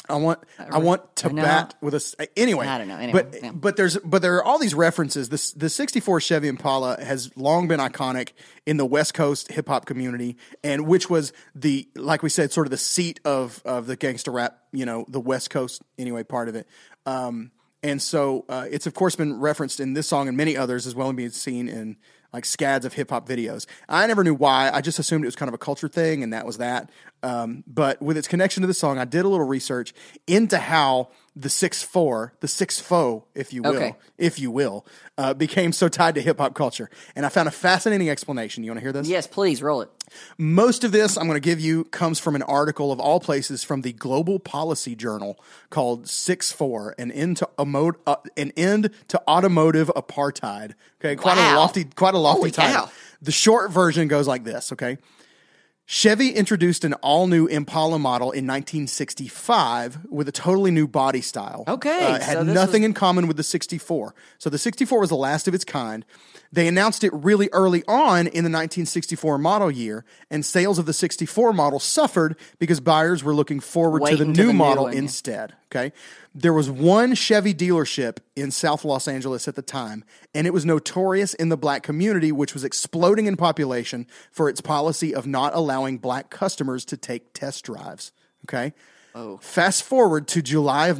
Speaker 2: I want I want to
Speaker 3: no.
Speaker 2: bat with a s- anyway.
Speaker 3: I don't know, anyway,
Speaker 2: but
Speaker 3: yeah.
Speaker 2: but there's but there are all these references. This the '64 Chevy Impala has long been iconic in the West Coast hip hop community, and which was the like we said, sort of the seat of of the gangster rap. You know, the West Coast anyway part of it. Um, and so uh, it's of course been referenced in this song and many others as well, and being seen in like scads of hip hop videos. I never knew why. I just assumed it was kind of a culture thing, and that was that. Um, but with its connection to the song, I did a little research into how the six four, the six foe, if you will,
Speaker 3: Okay.
Speaker 2: if you will, uh, became so tied to hip hop culture. And I found a fascinating explanation. You want to hear this?
Speaker 3: Yes, please roll it.
Speaker 2: Most of this I'm going to give you comes from an article of all places from the Global Policy Journal called 6-4, an end to, emo- uh, an end to automotive apartheid. Okay, quite a
Speaker 3: Wow.
Speaker 2: lofty, quite a lofty
Speaker 3: Holy
Speaker 2: title.
Speaker 3: cow.
Speaker 2: The short version goes like this. Okay, Chevy introduced an all-new Impala model in 1965 with a totally new body style.
Speaker 3: Okay,
Speaker 2: Uh, it had
Speaker 3: so this
Speaker 2: nothing
Speaker 3: was-
Speaker 2: in common with the 64. So the 64 was the last of its kind. They announced it really early on in the 1964 model year, and sales of the 64 model suffered because buyers were looking forward to the
Speaker 3: Waiting to
Speaker 2: new
Speaker 3: the new
Speaker 2: model
Speaker 3: one, yeah.
Speaker 2: instead. Okay, there was one Chevy dealership in South Los Angeles at the time, and it was notorious in the black community, which was exploding in population for its policy of not allowing black customers to take test drives. Okay. Fast forward to July of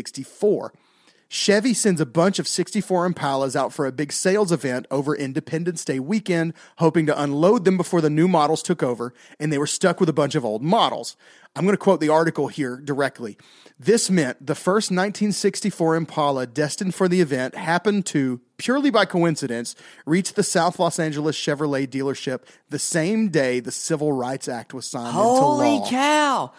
Speaker 2: 1964. Chevy sends a bunch of 64 Impalas out for a big sales event over Independence Day weekend, hoping to unload them before the new models took over, and they were stuck with a bunch of old models. I'm going to quote the article here directly. This meant the first 1964 Impala destined for the event happened to, purely by coincidence, reach the South Los Angeles Chevrolet dealership the same day the Civil Rights Act was signed into law.
Speaker 3: Holy cow!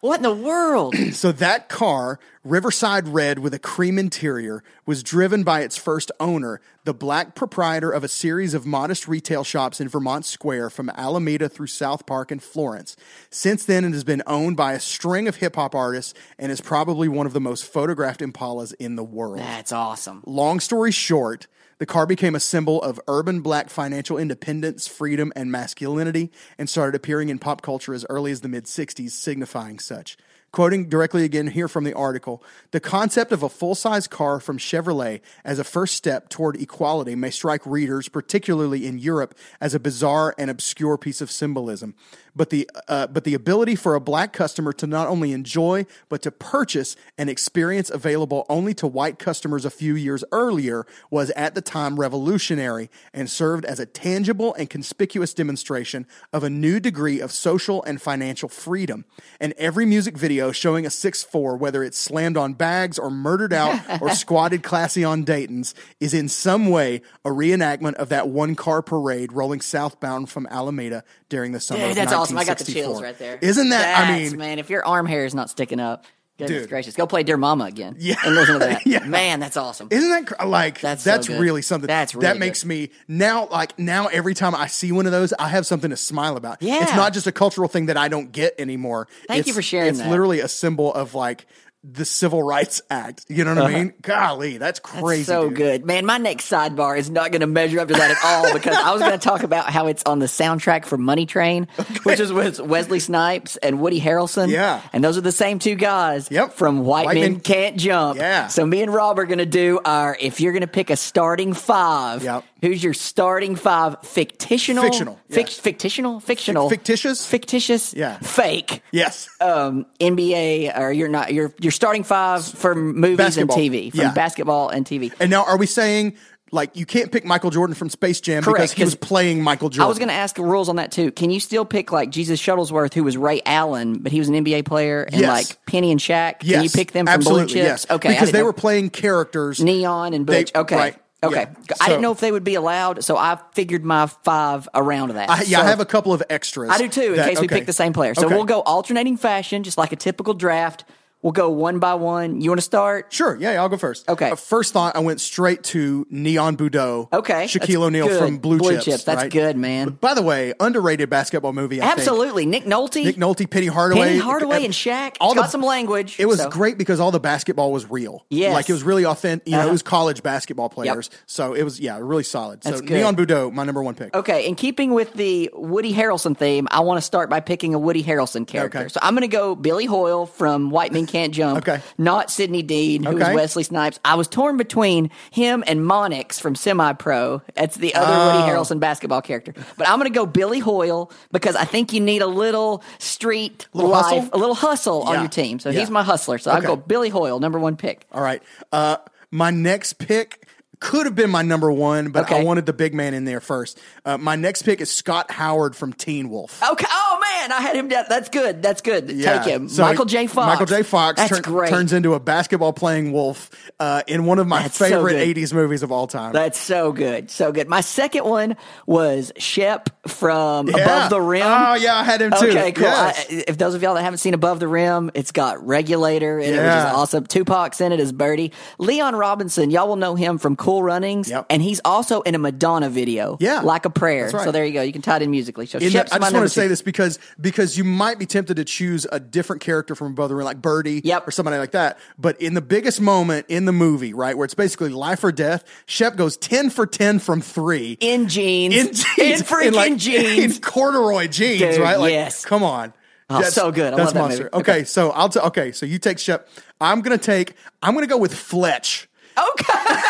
Speaker 3: What in the world?
Speaker 2: So that car, Riverside Red with a cream interior, was driven by its first owner, the black proprietor of a series of modest retail shops in Vermont Square from Alameda through South Park and Florence. Since then, it has been owned by a string of hip hop artists and is probably one of the most photographed Impalas in the world.
Speaker 3: That's awesome.
Speaker 2: Long story short, the car became a symbol of urban black financial independence, freedom, and masculinity, and started appearing in pop culture as early as the mid 60s, signifying such. Quoting directly again here from the article the concept of a full size car from Chevrolet as a first step toward equality may strike readers, particularly in Europe, as a bizarre and obscure piece of symbolism. But the, uh, but the ability for a black customer to not only enjoy, but to purchase an experience available only to white customers a few years earlier was at the time revolutionary and served as a tangible and conspicuous demonstration of a new degree of social and financial freedom. And every music video showing a 6'4, whether it's slammed on bags or murdered out or squatted classy on Dayton's, is in some way a reenactment of that one car parade rolling southbound from Alameda during the summer.
Speaker 3: Dude,
Speaker 2: of
Speaker 3: that's awesome. I got the
Speaker 2: 1964.
Speaker 3: chills right there.
Speaker 2: Isn't that, I
Speaker 3: That's-
Speaker 2: mean,
Speaker 3: man, if your arm hair is not sticking up, goodness
Speaker 2: Dude.
Speaker 3: gracious, go play Dear Mama again. Yeah. And listen to that.
Speaker 2: Yeah.
Speaker 3: Man, that's awesome.
Speaker 2: Isn't that cr- like that's,
Speaker 3: That's so good.
Speaker 2: really something
Speaker 3: That's
Speaker 2: that
Speaker 3: really
Speaker 2: makes
Speaker 3: good.
Speaker 2: me now like now every time I see one of those I have something to smile about.
Speaker 3: Yeah.
Speaker 2: it's not just a cultural thing that I don't get anymore.
Speaker 3: Thank you
Speaker 2: It's-
Speaker 3: for sharing
Speaker 2: It's
Speaker 3: that.
Speaker 2: literally a symbol of like the Civil Rights Act. You know what I mean? Golly, that's
Speaker 3: Uh-huh. That's
Speaker 2: crazy.
Speaker 3: so
Speaker 2: dude.
Speaker 3: good. Man, my next sidebar is not going to measure up to that at all because I was going to talk about how it's on the soundtrack for Money Train, which is with Wesley Snipes and Woody Harrelson.
Speaker 2: Yeah.
Speaker 3: And those are the same two guys
Speaker 2: Yep.
Speaker 3: from White,
Speaker 2: White
Speaker 3: Men,
Speaker 2: Men-
Speaker 3: Can't Jump.
Speaker 2: Yeah.
Speaker 3: So me and Rob are going to do our, if you're going to pick a starting five,
Speaker 2: Yep.
Speaker 3: who's your starting five fictional?
Speaker 2: Fictional,
Speaker 3: Fic-
Speaker 2: yes.
Speaker 3: Fictional? Fictional.
Speaker 2: fictitious?
Speaker 3: Fictitious.
Speaker 2: Yeah.
Speaker 3: Fake.
Speaker 2: Yes.
Speaker 3: Um, NBA, or you're not, you're, you're starting five for movies
Speaker 2: Basketball.
Speaker 3: and TV, from
Speaker 2: Yeah.
Speaker 3: basketball and TV.
Speaker 2: and now, are we saying like you can't pick Michael Jordan from Space Jam
Speaker 3: Correct,
Speaker 2: because he was
Speaker 3: 'cause
Speaker 2: playing Michael Jordan.
Speaker 3: I was going to ask the rules on that too. Can you still pick like Jesus Shuttlesworth, who was Ray Allen, but he was an NBA player, and
Speaker 2: Yes.
Speaker 3: like Penny and Shaq?
Speaker 2: Yes,
Speaker 3: Can you pick them from
Speaker 2: absolutely,
Speaker 3: Blue Chips?
Speaker 2: Yes.
Speaker 3: Okay, I
Speaker 2: because
Speaker 3: didn't
Speaker 2: they
Speaker 3: know-
Speaker 2: were playing characters.
Speaker 3: Neon and Butch.
Speaker 2: They-
Speaker 3: okay.
Speaker 2: right,
Speaker 3: Okay.
Speaker 2: yeah.
Speaker 3: I
Speaker 2: So-
Speaker 3: didn't know if they would be allowed, so I figured my five around that.
Speaker 2: I, yeah,
Speaker 3: So-
Speaker 2: I have a couple of extras.
Speaker 3: I do too, in
Speaker 2: that-
Speaker 3: case we
Speaker 2: okay.
Speaker 3: pick the same player. So
Speaker 2: Okay.
Speaker 3: we'll go alternating fashion, just like a typical draft. We'll go one by one. You want to start?
Speaker 2: Sure. Yeah, yeah, I'll go first.
Speaker 3: Okay.
Speaker 2: Uh, first thought, I went straight to Neon Boudot.
Speaker 3: Okay. That's
Speaker 2: Shaquille O'Neal
Speaker 3: good.
Speaker 2: from Blue,
Speaker 3: Blue Chips, that's
Speaker 2: right?
Speaker 3: good, man.
Speaker 2: But by the way, underrated basketball movie. I think.
Speaker 3: Absolutely. Nick Nolte,
Speaker 2: Nick Nolte, Penny Hardaway,
Speaker 3: Penny Hardaway,
Speaker 2: uh,
Speaker 3: and Shaq.
Speaker 2: all
Speaker 3: All
Speaker 2: the-
Speaker 3: got some language.
Speaker 2: It was
Speaker 3: so-
Speaker 2: great because all the basketball was real.
Speaker 3: Yes.
Speaker 2: like it was really authentic. You know,
Speaker 3: Uh-huh.
Speaker 2: it was college basketball players. So it was yeah, really solid.
Speaker 3: That's
Speaker 2: so
Speaker 3: good.
Speaker 2: Neon Boudot, my number one pick.
Speaker 3: Okay, in keeping with the Woody Harrelson theme, I want to start by picking a Woody Harrelson character.
Speaker 2: Okay.
Speaker 3: So I'm going to go Billy Hoyle from White Men Can't Jump.
Speaker 2: Okay.
Speaker 3: Not Sidney Dean, who
Speaker 2: Okay.
Speaker 3: was Wesley Snipes. I was torn between him and Monix from Semi Pro. That's the other Woody
Speaker 2: Oh.
Speaker 3: Harrelson basketball character. But I'm going to go Billy Hoyle because I think you need a little street
Speaker 2: Little
Speaker 3: life,
Speaker 2: hustle?
Speaker 3: a little hustle on
Speaker 2: Yeah.
Speaker 3: your team. So
Speaker 2: Yeah.
Speaker 3: he's my hustler. So I'll
Speaker 2: Okay.
Speaker 3: go Billy Hoyle, number one pick.
Speaker 2: All right, uh, my next pick could have been my number one, but I
Speaker 3: Okay.
Speaker 2: wanted the big man in there first. Uh, my next pick is Scott Howard from Teen Wolf.
Speaker 3: Okay. Oh man, I had him down. That's good. That's good.
Speaker 2: Yeah.
Speaker 3: Take him,
Speaker 2: So
Speaker 3: Michael J. Fox.
Speaker 2: Michael J. Fox
Speaker 3: That's
Speaker 2: turn-
Speaker 3: great.
Speaker 2: turns into a basketball playing wolf uh, in one of my
Speaker 3: That's so
Speaker 2: favorite
Speaker 3: good.
Speaker 2: 80s movies of all time.
Speaker 3: That's so good. So good. My second one was Shep from
Speaker 2: Yeah.
Speaker 3: Above the Rim.
Speaker 2: Oh, yeah, I had him too.
Speaker 3: Okay, cool.
Speaker 2: Yes.
Speaker 3: I, uh, if those of y'all that haven't seen Above the Rim, it's got Regulator in it, which
Speaker 2: Yeah.
Speaker 3: is awesome. Tupac's in it as Birdie. Leon Robinson, y'all will know him from Cool Runnings.
Speaker 2: Yep.
Speaker 3: And he's also in a Madonna video.
Speaker 2: Yeah.
Speaker 3: Like a Prayer.
Speaker 2: That's right.
Speaker 3: So there you go. You can tie it in musically. So
Speaker 2: In
Speaker 3: Shep's
Speaker 2: the, I
Speaker 3: my
Speaker 2: just want
Speaker 3: number
Speaker 2: to say
Speaker 3: two.
Speaker 2: this because because you might be tempted to choose a different character from Brother like Birdie
Speaker 3: Yep.
Speaker 2: or somebody like that. But in the biggest moment in the movie, right, where it's basically life or death, Shep goes ten for ten from three
Speaker 3: In jeans.
Speaker 2: in jeans,
Speaker 3: In freaking
Speaker 2: like,
Speaker 3: jeans.
Speaker 2: in corduroy jeans,
Speaker 3: Dude,
Speaker 2: right? Like,
Speaker 3: yes.
Speaker 2: come on.
Speaker 3: Oh, so good. I
Speaker 2: that's
Speaker 3: love that
Speaker 2: monster.
Speaker 3: movie.
Speaker 2: Okay, so I'll t- okay. So you take Shep. I'm gonna take. I'm gonna go with Fletch.
Speaker 3: Okay.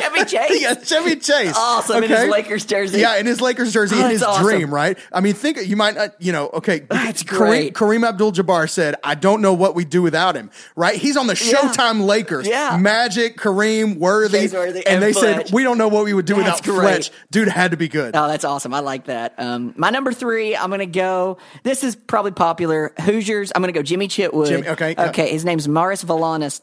Speaker 3: Chevy Chase.
Speaker 2: Yeah, Chevy Chase.
Speaker 3: Awesome, in his Lakers jersey.
Speaker 2: Yeah, in his Lakers jersey,
Speaker 3: Oh,
Speaker 2: in his
Speaker 3: that's awesome.
Speaker 2: dream, right? I mean, think you might not, you know, okay.
Speaker 3: That's
Speaker 2: Kareem-
Speaker 3: great.
Speaker 2: Kareem Abdul Jabbar said, I don't know what we do without him, right? He's on the Showtime Lakers.
Speaker 3: Yeah.
Speaker 2: Magic, Kareem, Worthy.
Speaker 3: James Worthy
Speaker 2: and
Speaker 3: and
Speaker 2: they said,
Speaker 3: Fletch.
Speaker 2: we don't know what we would do
Speaker 3: That's
Speaker 2: without
Speaker 3: great.
Speaker 2: Fletch. Dude had to be good.
Speaker 3: Oh, that's awesome. I like that. Um, my number three, I'm going to go. This is probably popular. Hoosiers, I'm going to go Jimmy Chitwood.
Speaker 2: Jimmy- okay, yeah.
Speaker 3: Okay. His name's Morris Valanis.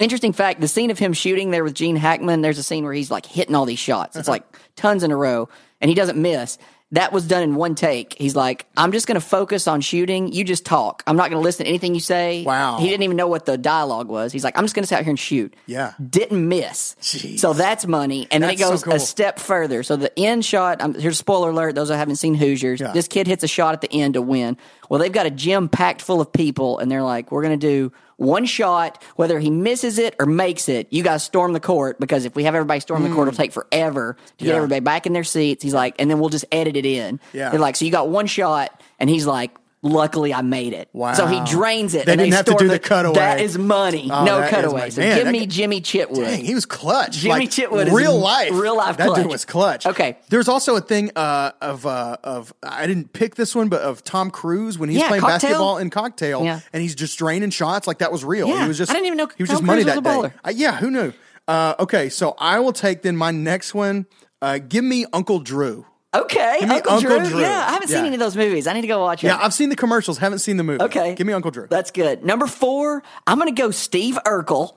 Speaker 3: Interesting fact the scene of him shooting there with Gene Hackman, there's a scene where he's like hitting all these shots.
Speaker 2: Uh-huh.
Speaker 3: It's like tons in a row, and he doesn't miss. That was done in one take. He's like, I'm just going to focus on shooting. You just talk. I'm not going to listen to anything you say.
Speaker 2: Wow.
Speaker 3: He didn't even know what the dialogue was. He's like, I'm just going to sit out here and shoot.
Speaker 2: Yeah.
Speaker 3: Didn't miss.
Speaker 2: Jeez.
Speaker 3: So that's money. And then it
Speaker 2: That's so
Speaker 3: goes
Speaker 2: cool.
Speaker 3: a step further. So the end shot. Um, here's spoiler alert. Those who haven't seen Hoosiers,
Speaker 2: Yeah.
Speaker 3: this kid hits a shot at the end to win. Well, they've got a gym packed full of people, and they're like, "We're going to do one shot. Whether he misses it or makes it, you guys storm the court because if we have everybody storm the court, it'll take forever to
Speaker 2: Hmm. Yeah.
Speaker 3: get everybody back in their seats." He's like, "And then we'll just edit it in."
Speaker 2: Yeah.
Speaker 3: They're like, "So you got one shot," and he's like. Luckily, I made it.
Speaker 2: Wow.
Speaker 3: So he drains it.
Speaker 2: They
Speaker 3: and
Speaker 2: didn't have to do
Speaker 3: storm
Speaker 2: the cutaway.
Speaker 3: That is money.
Speaker 2: Oh,
Speaker 3: no
Speaker 2: that is money.
Speaker 3: cutaway. So
Speaker 2: Man,
Speaker 3: give
Speaker 2: that
Speaker 3: me
Speaker 2: could-
Speaker 3: Jimmy Chitwood.
Speaker 2: Dang, he was clutch.
Speaker 3: Jimmy
Speaker 2: like,
Speaker 3: Chitwood is
Speaker 2: real
Speaker 3: m-
Speaker 2: life,
Speaker 3: real life
Speaker 2: That dude
Speaker 3: clutch.
Speaker 2: was clutch.
Speaker 3: Okay.
Speaker 2: there's also a thing uh, of uh, of I didn't pick this one, but of Tom Cruise when he's
Speaker 3: Yeah,
Speaker 2: playing
Speaker 3: Cocktail.
Speaker 2: basketball in Cocktail,
Speaker 3: Yeah.
Speaker 2: and he's just draining shots like that was real.
Speaker 3: Yeah,
Speaker 2: He was just
Speaker 3: I didn't even know
Speaker 2: he was
Speaker 3: Tom
Speaker 2: just money
Speaker 3: Cruise
Speaker 2: that
Speaker 3: was a
Speaker 2: day.
Speaker 3: baller.
Speaker 2: Uh, yeah, who knew? Uh, okay, so I will take then my next one. Uh, give me Uncle Drew.
Speaker 3: Okay,
Speaker 2: me
Speaker 3: Uncle,
Speaker 2: Uncle
Speaker 3: Drew.
Speaker 2: Drew.
Speaker 3: Yeah, I haven't
Speaker 2: Yeah.
Speaker 3: seen any of those movies. I need to go watch it.
Speaker 2: Yeah, I've seen the commercials, haven't seen the movie.
Speaker 3: okay,
Speaker 2: give me Uncle Drew.
Speaker 3: That's good. Number four, I'm going to go Steve Urkel,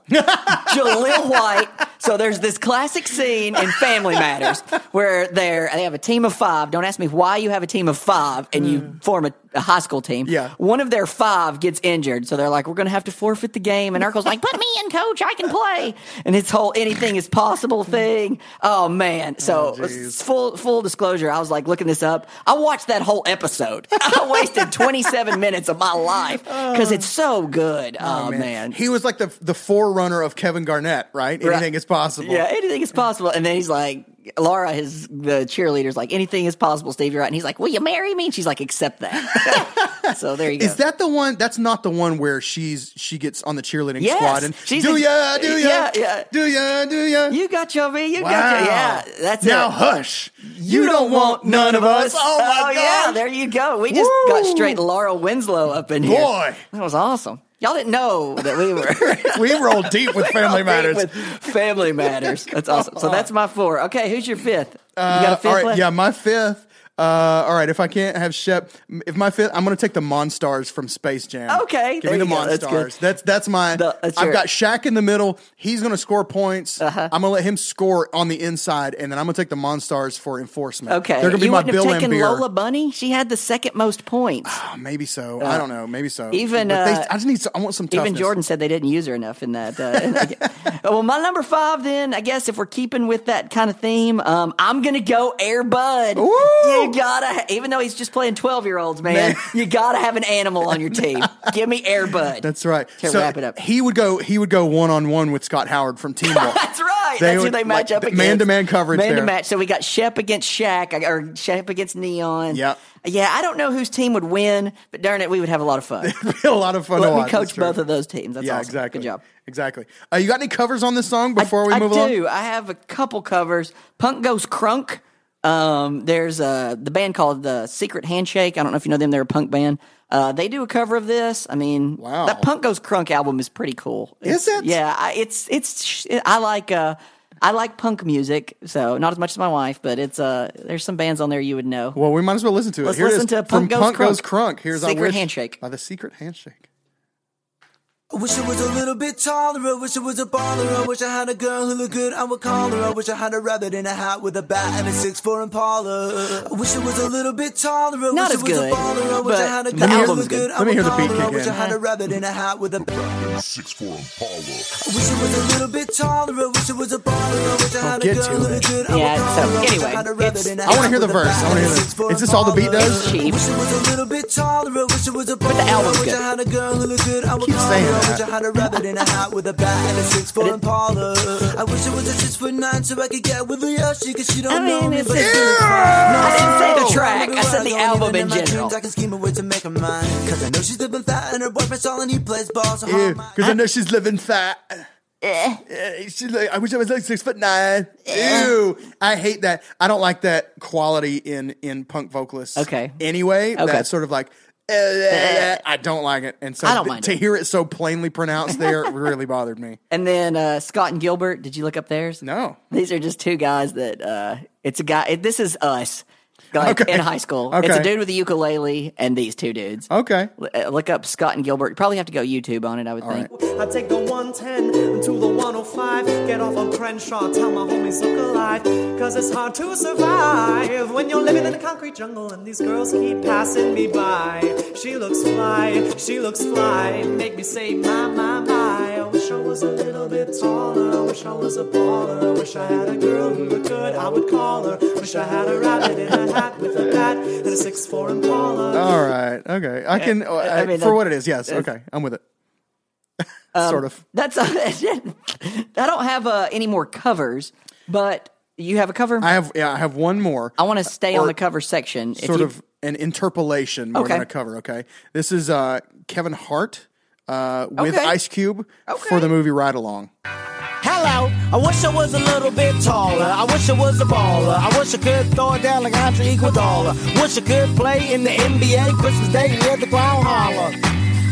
Speaker 3: Jaleel White. So there's this classic scene in Family Matters where they're, they have a team of five. Don't ask me why you have a team of five and you form a, a high school team.
Speaker 2: Mm. Yeah.
Speaker 3: one of their five gets injured, so they're like, "We're going to have to forfeit the game." And Urkel's like, "Put me in, coach. I can play." And his whole anything is possible thing. Oh man! So
Speaker 2: geez.
Speaker 3: full full disclosure, I was like looking this up. I watched that whole episode. I wasted 27 minutes of my life because it's so good. Oh, man.
Speaker 2: he was like the the forerunner of Kevin Garnett, right?
Speaker 3: Right.
Speaker 2: Anything is possible.
Speaker 3: Yeah, anything is possible. And then he's like, Laura, his the cheerleader's like, anything is possible, Steve. You're right. And he's like, will you marry me? And she's like, accept that. so there you go.
Speaker 2: Is that the one? That's not the one where she's she gets on the cheerleading
Speaker 3: Yes,
Speaker 2: squad and
Speaker 3: she's
Speaker 2: do
Speaker 3: in-
Speaker 2: ya, do ya,
Speaker 3: Yeah, yeah.
Speaker 2: do ya, do ya.
Speaker 3: you got your V. You got your yeah. That's
Speaker 2: now
Speaker 3: it.
Speaker 2: hush. You, don't, want none of us. Oh my
Speaker 3: yeah,
Speaker 2: god.
Speaker 3: there you go. We just
Speaker 2: Woo.
Speaker 3: got straight Laura Winslow up in here.
Speaker 2: Boy.
Speaker 3: that was awesome. Y'all didn't know that we were
Speaker 2: we roll deep with Family Matters.
Speaker 3: with family matters. That's awesome. So that's my four. Okay, who's your fifth? You got a
Speaker 2: Uh,
Speaker 3: fifth
Speaker 2: all right,
Speaker 3: left?
Speaker 2: yeah, my fifth. Uh, all right, if I can't have Shep, if my fifth, I'm going to take the Monstars from Space Jam.
Speaker 3: Okay,
Speaker 2: give me
Speaker 3: there
Speaker 2: the
Speaker 3: you go. That's good.
Speaker 2: Monstars. That's that's my.
Speaker 3: that's
Speaker 2: I've
Speaker 3: your- Uh-huh.
Speaker 2: got Shaq in the middle. He's going to score points. I'm going to let him score on the inside, and then I'm going to take the Monstars for enforcement.
Speaker 3: Okay,
Speaker 2: they're going to be
Speaker 3: you
Speaker 2: my
Speaker 3: wouldn't
Speaker 2: Bill
Speaker 3: have
Speaker 2: and
Speaker 3: taken
Speaker 2: beer. Ah,
Speaker 3: Lola Bunny. She had the second most points.
Speaker 2: Maybe so. I don't know. Maybe so.
Speaker 3: Uh, even,
Speaker 2: But they-
Speaker 3: uh,
Speaker 2: I just need. Some, I want some. Toughness.
Speaker 3: Even Jordan said they didn't use her enough in that. Uh, well, my number five, then I guess if we're keeping with that kind of theme, um, I'm gonna go Air Bud. You gotta, even though he's just playing twelve year olds, man, you gotta have an animal on your team. Give me Air Bud.
Speaker 2: That's right.
Speaker 3: To wrap it up.
Speaker 2: he would go. He would go one on one with Scott Howard from Team Wolf.
Speaker 3: That's right.
Speaker 2: They
Speaker 3: That's who
Speaker 2: would,
Speaker 3: they match
Speaker 2: like,
Speaker 3: up against.
Speaker 2: man-to-man coverage
Speaker 3: Man to
Speaker 2: there.
Speaker 3: match. So we got Shep against Shaq I- or Shep against Neon.
Speaker 2: Yep.
Speaker 3: Yeah, I don't know whose team would win, but darn it, we would have a lot of fun.
Speaker 2: Be a lot of fun.
Speaker 3: Let
Speaker 2: to
Speaker 3: me
Speaker 2: watch. That's
Speaker 3: coach
Speaker 2: true.
Speaker 3: both of those teams. That's
Speaker 2: yeah,
Speaker 3: awesome.
Speaker 2: exactly.
Speaker 3: Good job.
Speaker 2: Exactly. Uh, you got any covers on this song before we
Speaker 3: I
Speaker 2: move along?
Speaker 3: do. I have a couple covers. Punk Goes Crunk. Um, there's uh, the band called The Secret Handshake. I don't know if you know them. They're a punk band. Uh, they do a cover of this. I mean,
Speaker 2: Wow.
Speaker 3: that Punk Goes Crunk album is pretty cool.
Speaker 2: Is
Speaker 3: It's-
Speaker 2: it?
Speaker 3: Yeah, I, it's it's. sh- I like uh, I like punk music. So not as much as my wife, but it's uh, there's some bands on there you would know.
Speaker 2: Well, we might as well listen to it.
Speaker 3: Let's
Speaker 2: Here it
Speaker 3: listen
Speaker 2: is.
Speaker 3: to
Speaker 2: From
Speaker 3: Punk Goes
Speaker 2: Punk Goes
Speaker 3: Crunk.
Speaker 2: Crunk. Here's
Speaker 3: Secret
Speaker 2: I wish
Speaker 3: Handshake.
Speaker 2: by the secret handshake.
Speaker 5: I wish I was a little bit taller. I wish I was a baller. I wish I had a girl who looked good. I would call her. I wish I had a rabbit in a hat with a bat and a six four Impala. I wish I was a little bit taller. I
Speaker 3: Not
Speaker 5: wish
Speaker 3: as
Speaker 5: I was
Speaker 3: good,
Speaker 5: a baller. I wish
Speaker 3: but
Speaker 5: I had a
Speaker 3: the
Speaker 5: girl who
Speaker 3: album's
Speaker 5: looked
Speaker 3: good.
Speaker 5: good. I
Speaker 2: Let me
Speaker 5: would
Speaker 2: hear the
Speaker 5: call
Speaker 2: beat
Speaker 5: her. I
Speaker 2: kick
Speaker 5: wish I
Speaker 2: in.
Speaker 5: had a rabbit in a hat with a bat.
Speaker 9: Six four Impala.
Speaker 5: I wish I was a little bit taller. I wish I was a baller. I wish I had a
Speaker 2: get
Speaker 5: girl
Speaker 2: to
Speaker 5: who
Speaker 2: it.
Speaker 5: looked good.
Speaker 3: Yeah, so anyway, it's-
Speaker 2: I want to hear the verse. I want to hear the. Is this all the beat does?
Speaker 3: Cheap.
Speaker 5: Wish it was a little bit taller. I wish it was a But
Speaker 3: the album's
Speaker 5: wish
Speaker 3: good.
Speaker 5: I had a girl who looked good. I would
Speaker 2: Keep
Speaker 5: call
Speaker 2: saying
Speaker 5: her. I
Speaker 2: that.
Speaker 5: wish I had a rabbit in a hat with a bat and a six foot Impala. I wish it was a six foot nine so I could get with her. Yeah, she cause she don't
Speaker 3: I
Speaker 5: know
Speaker 3: mean,
Speaker 5: me.
Speaker 3: it's
Speaker 5: but
Speaker 3: just-
Speaker 5: she-
Speaker 3: I didn't say the track. I said the
Speaker 5: Everywhere
Speaker 3: album
Speaker 5: go,
Speaker 3: in
Speaker 5: even my
Speaker 3: general.
Speaker 5: dreams, I can scheme a way to make her mine. Cause I know she's living fat and her boyfriend's all and he plays ball. So how
Speaker 2: Yeah,
Speaker 5: am I-
Speaker 2: because I know she's living fat.
Speaker 3: Eh.
Speaker 2: Yeah, she's like, I wish I was like six foot nine. Ew, I hate that. I don't like that quality in in punk vocalists.
Speaker 3: Okay.
Speaker 2: Anyway,
Speaker 3: Okay.
Speaker 2: that sort of like. eh, eh, eh, I don't like it, and so
Speaker 3: I don't
Speaker 2: th-
Speaker 3: mind
Speaker 2: to
Speaker 3: it.
Speaker 2: hear it so plainly pronounced there it really bothered me.
Speaker 3: And then uh, Scott and Gilbert. Did you look up theirs?
Speaker 2: No,
Speaker 3: These are just two guys that uh, it's a guy. It, this is us, like
Speaker 2: Okay.
Speaker 3: in high school. It's
Speaker 2: Okay. Oh.
Speaker 3: a dude with a ukulele and these two dudes.
Speaker 2: okay,
Speaker 3: L- uh, look up Scott and Gilbert. You probably have to go YouTube on it. I would think.
Speaker 11: I take the 110 and to the 105. Get off on Crenshaw, tell my homies look alive. Cause it's hard to survive when you're living in a concrete jungle and these girls keep passing me by. She looks fly, she looks fly. Make me say, my, my, my. I wish I was a little bit taller. I wish I was a baller. I wish I had a girl who looked good. I would call her. Wish I had a rabbit in a hat with a bat and a 6'4 Impala.
Speaker 2: all right, okay. I can uh,
Speaker 3: I mean, Um,
Speaker 2: for
Speaker 3: that-
Speaker 2: what it is. Yes, okay, I'm with it. sort of.
Speaker 3: That's. I I don't have uh, any more covers, but you have a cover.
Speaker 2: I
Speaker 3: I,
Speaker 2: have yeah, I have one more.
Speaker 3: want to stay
Speaker 2: or
Speaker 3: on the cover section. If
Speaker 2: sort
Speaker 3: you-
Speaker 2: of an interpolation more than
Speaker 3: Okay.
Speaker 2: a cover. Okay, this is uh, Kevin Hart uh, with
Speaker 3: Okay.
Speaker 2: Ice Cube for the movie Ride Along.
Speaker 5: Hello, I wish I was a little bit taller. I wish I was a baller. I wish I could throw it down like Andre Iguodala. Wish I could play in the NBA Christmas Day near the ground holler.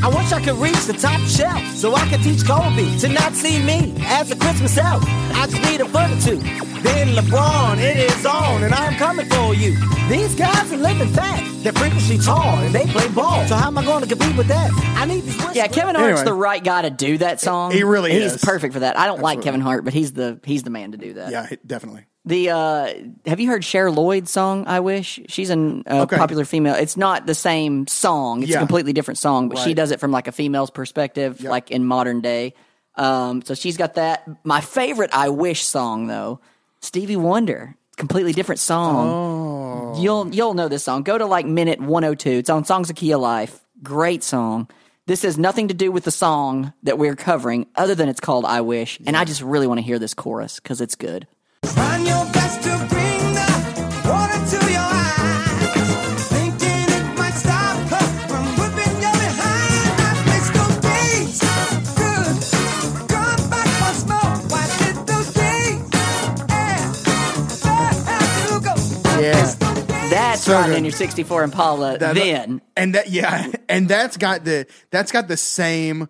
Speaker 5: I wish I could reach the top shelf so I could teach Kobe to not see me as a Christmas elf. I just need a foot or two. Then LeBron, it is on, and I'm coming for you. These guys are living fat. They're frequently tall, and they play ball. So how am I going to compete with that? I need this.
Speaker 3: yeah, Kevin Hart's
Speaker 2: Anyway.
Speaker 3: the right guy to do that song.
Speaker 2: He really
Speaker 3: he's
Speaker 2: is.
Speaker 3: perfect for that. I don't like
Speaker 2: Absolutely.
Speaker 3: Kevin Hart, but he's the he's the man to do that.
Speaker 2: Yeah, it- definitely.
Speaker 3: The uh, have you heard Cher Lloyd's song? I wish she's a uh,
Speaker 2: Okay.
Speaker 3: popular female. It's not the same song. It's
Speaker 2: Yeah.
Speaker 3: a completely different song, but she
Speaker 2: Right.
Speaker 3: does it from like a female's perspective,
Speaker 2: Yep.
Speaker 3: like in modern day. Um, so she's got that. My favorite I wish song though, Stevie Wonder. Completely different song.
Speaker 2: Oh.
Speaker 3: You'll you'll know this song. Go to like minute one oh two. It's on Songs of Key of Life. Great song. This has nothing to do with the song that we're covering, other than it's called "I Wish," and I just really want to hear this chorus because it's good.
Speaker 5: Trying your best to bring the water to your eyes. Thinking it might stop her from whipping your behind. I miss those days. Good. Gone back once more. Why did those days? Yeah. Where have you go?
Speaker 2: Yeah.
Speaker 3: That that's
Speaker 2: so
Speaker 3: riding
Speaker 2: good.
Speaker 3: in your '64 Impala
Speaker 2: That-
Speaker 3: then.
Speaker 2: and that yeah and that's got the that's got the same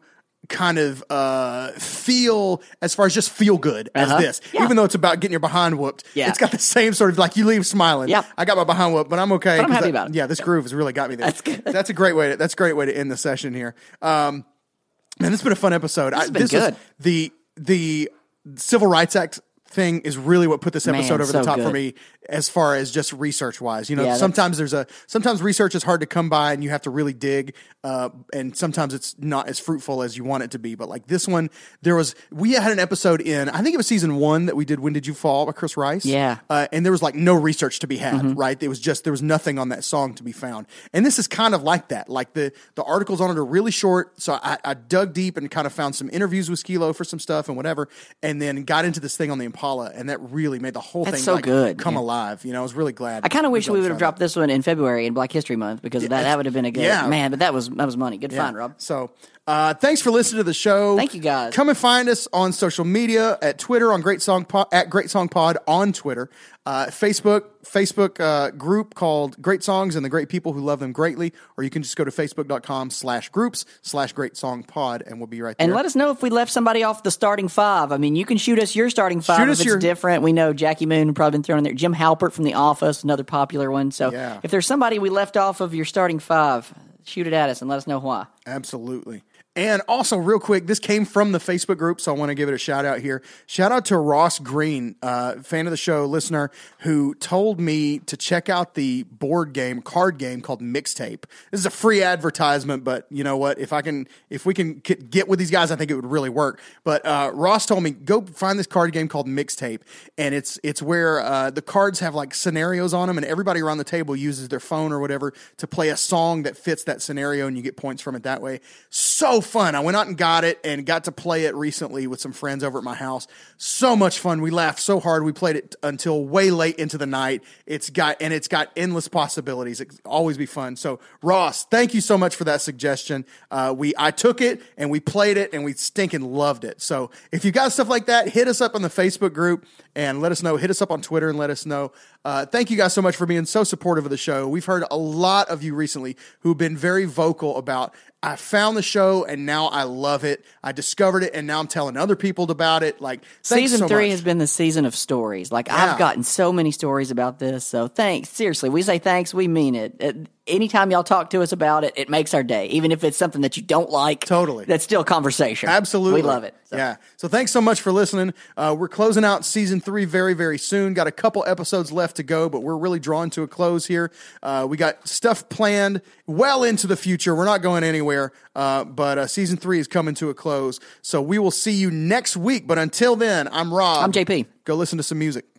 Speaker 2: kind of uh feel as far as just feel good as
Speaker 3: Uh-huh.
Speaker 2: this
Speaker 3: Yeah.
Speaker 2: even though it's about getting your behind whooped
Speaker 3: Yeah.
Speaker 2: it's got the same sort of like you leave smiling
Speaker 3: Yeah.
Speaker 2: i got my behind whooped but i'm okay
Speaker 3: But I'm
Speaker 2: 'cause
Speaker 3: happy
Speaker 2: that-
Speaker 3: about it.
Speaker 2: yeah this groove has really got me there
Speaker 3: That's good.
Speaker 2: that's a great way to, that's a great way to end the session here um man this has been a fun episode
Speaker 3: This has been
Speaker 2: was-
Speaker 3: good.
Speaker 2: the the civil rights act thing is really what put this
Speaker 3: Man,
Speaker 2: episode over the
Speaker 3: so
Speaker 2: top for
Speaker 3: good.
Speaker 2: me as far as just research wise you know
Speaker 3: Yeah, that's-
Speaker 2: sometimes there's a sometimes research is hard to come by and you have to really dig uh, and sometimes it's not as fruitful as you want it to be but like this one there was we had an episode in i think it was season one that we did when did you fall by chris rice
Speaker 3: Yeah. Mm-hmm.
Speaker 2: uh, and there was like no research to be had right it was just there was nothing on that song to be found and this is kind of like that like the the articles on it are really short so i, I dug deep and kind of found some interviews with skilo for some stuff and whatever and then got into this thing on the impala and that really made the whole
Speaker 3: That's
Speaker 2: thing
Speaker 3: so
Speaker 2: like,
Speaker 3: good,
Speaker 2: come
Speaker 3: yeah.
Speaker 2: alive you know i was really glad
Speaker 3: I kind of wish we
Speaker 2: dug
Speaker 3: would have
Speaker 2: found that.
Speaker 3: dropped this one in February in Black History Month because of that that would have been a good
Speaker 2: yeah.
Speaker 3: man. But that was that was money. Good
Speaker 2: Yeah.
Speaker 3: find, Rob.
Speaker 2: So, uh, thanks for listening to the show.
Speaker 3: Thank you, guys.
Speaker 2: Come and find us on social media at Twitter on Great Song Pod, at Great Song Pod on Twitter, uh, Facebook Facebook uh, group called Great Songs and the Great People Who Love Them Greatly, or you can just go to facebook.com slash groups slash Great Song Pod and we'll be right there.
Speaker 3: And let us know if we left somebody off the starting five. I mean, you can shoot us your starting five
Speaker 2: Shoot
Speaker 3: if
Speaker 2: us
Speaker 3: it's
Speaker 2: your-
Speaker 3: different. We know Jackie Moon probably been thrown in there. Jim Halpert from The Office, another popular one. So
Speaker 2: Yeah.
Speaker 3: if there's somebody we left off of your starting five, shoot it at us and let us know why.
Speaker 2: Absolutely. And also, real quick, this came from the Facebook group, so I want to give it a shout out here. Shout out to Ross Green, uh, fan of the show, listener, who told me to check out the board game, card game called Mixtape. This is a free advertisement, but you know what? If I can, if we can k- get with these guys, I think it would really work. But uh, Ross told me go find this card game called Mixtape, and it's it's where uh, the cards have like scenarios on them, and everybody around the table uses their phone or whatever to play a song that fits that scenario, and you get points from it that way. So fun! I went out and got it, and got to play it recently with some friends over at my house. So much fun! We laughed so hard. We played it until way late into the night. It's got and it's got endless possibilities. It always be fun. So Ross, thank you so much for that suggestion. Uh, we I took it and we played it and we stinking loved it. So if you got stuff like that, hit us up on the Facebook group and let us know. Hit us up on Twitter and let us know. Uh, thank you guys so much for being so supportive of the show. We've heard a lot of you recently who've been very vocal about. I found the show and now I love it. I discovered it and now I'm telling other people about it. Like thanks
Speaker 3: season
Speaker 2: so
Speaker 3: three
Speaker 2: much.
Speaker 3: has been the season of stories. Like
Speaker 2: Yeah.
Speaker 3: I've gotten so many stories about this. So thanks. Seriously, we say thanks. We mean it. Uh, anytime y'all talk to us about it, it makes our day. Even if it's something that you don't like,
Speaker 2: Totally.
Speaker 3: that's still conversation.
Speaker 2: Absolutely.
Speaker 3: we love it. So.
Speaker 2: Yeah. So thanks so much for listening. Uh, we're closing out season three very, very soon. Got a couple episodes left to go, but we're really drawing to a close here. Uh, we got stuff planned well into the future. We're not going anywhere, uh, but uh, season three is coming to a close. So we will see you next week. But until then, I'm Rob.
Speaker 3: I'm JP.
Speaker 2: Go listen to some music.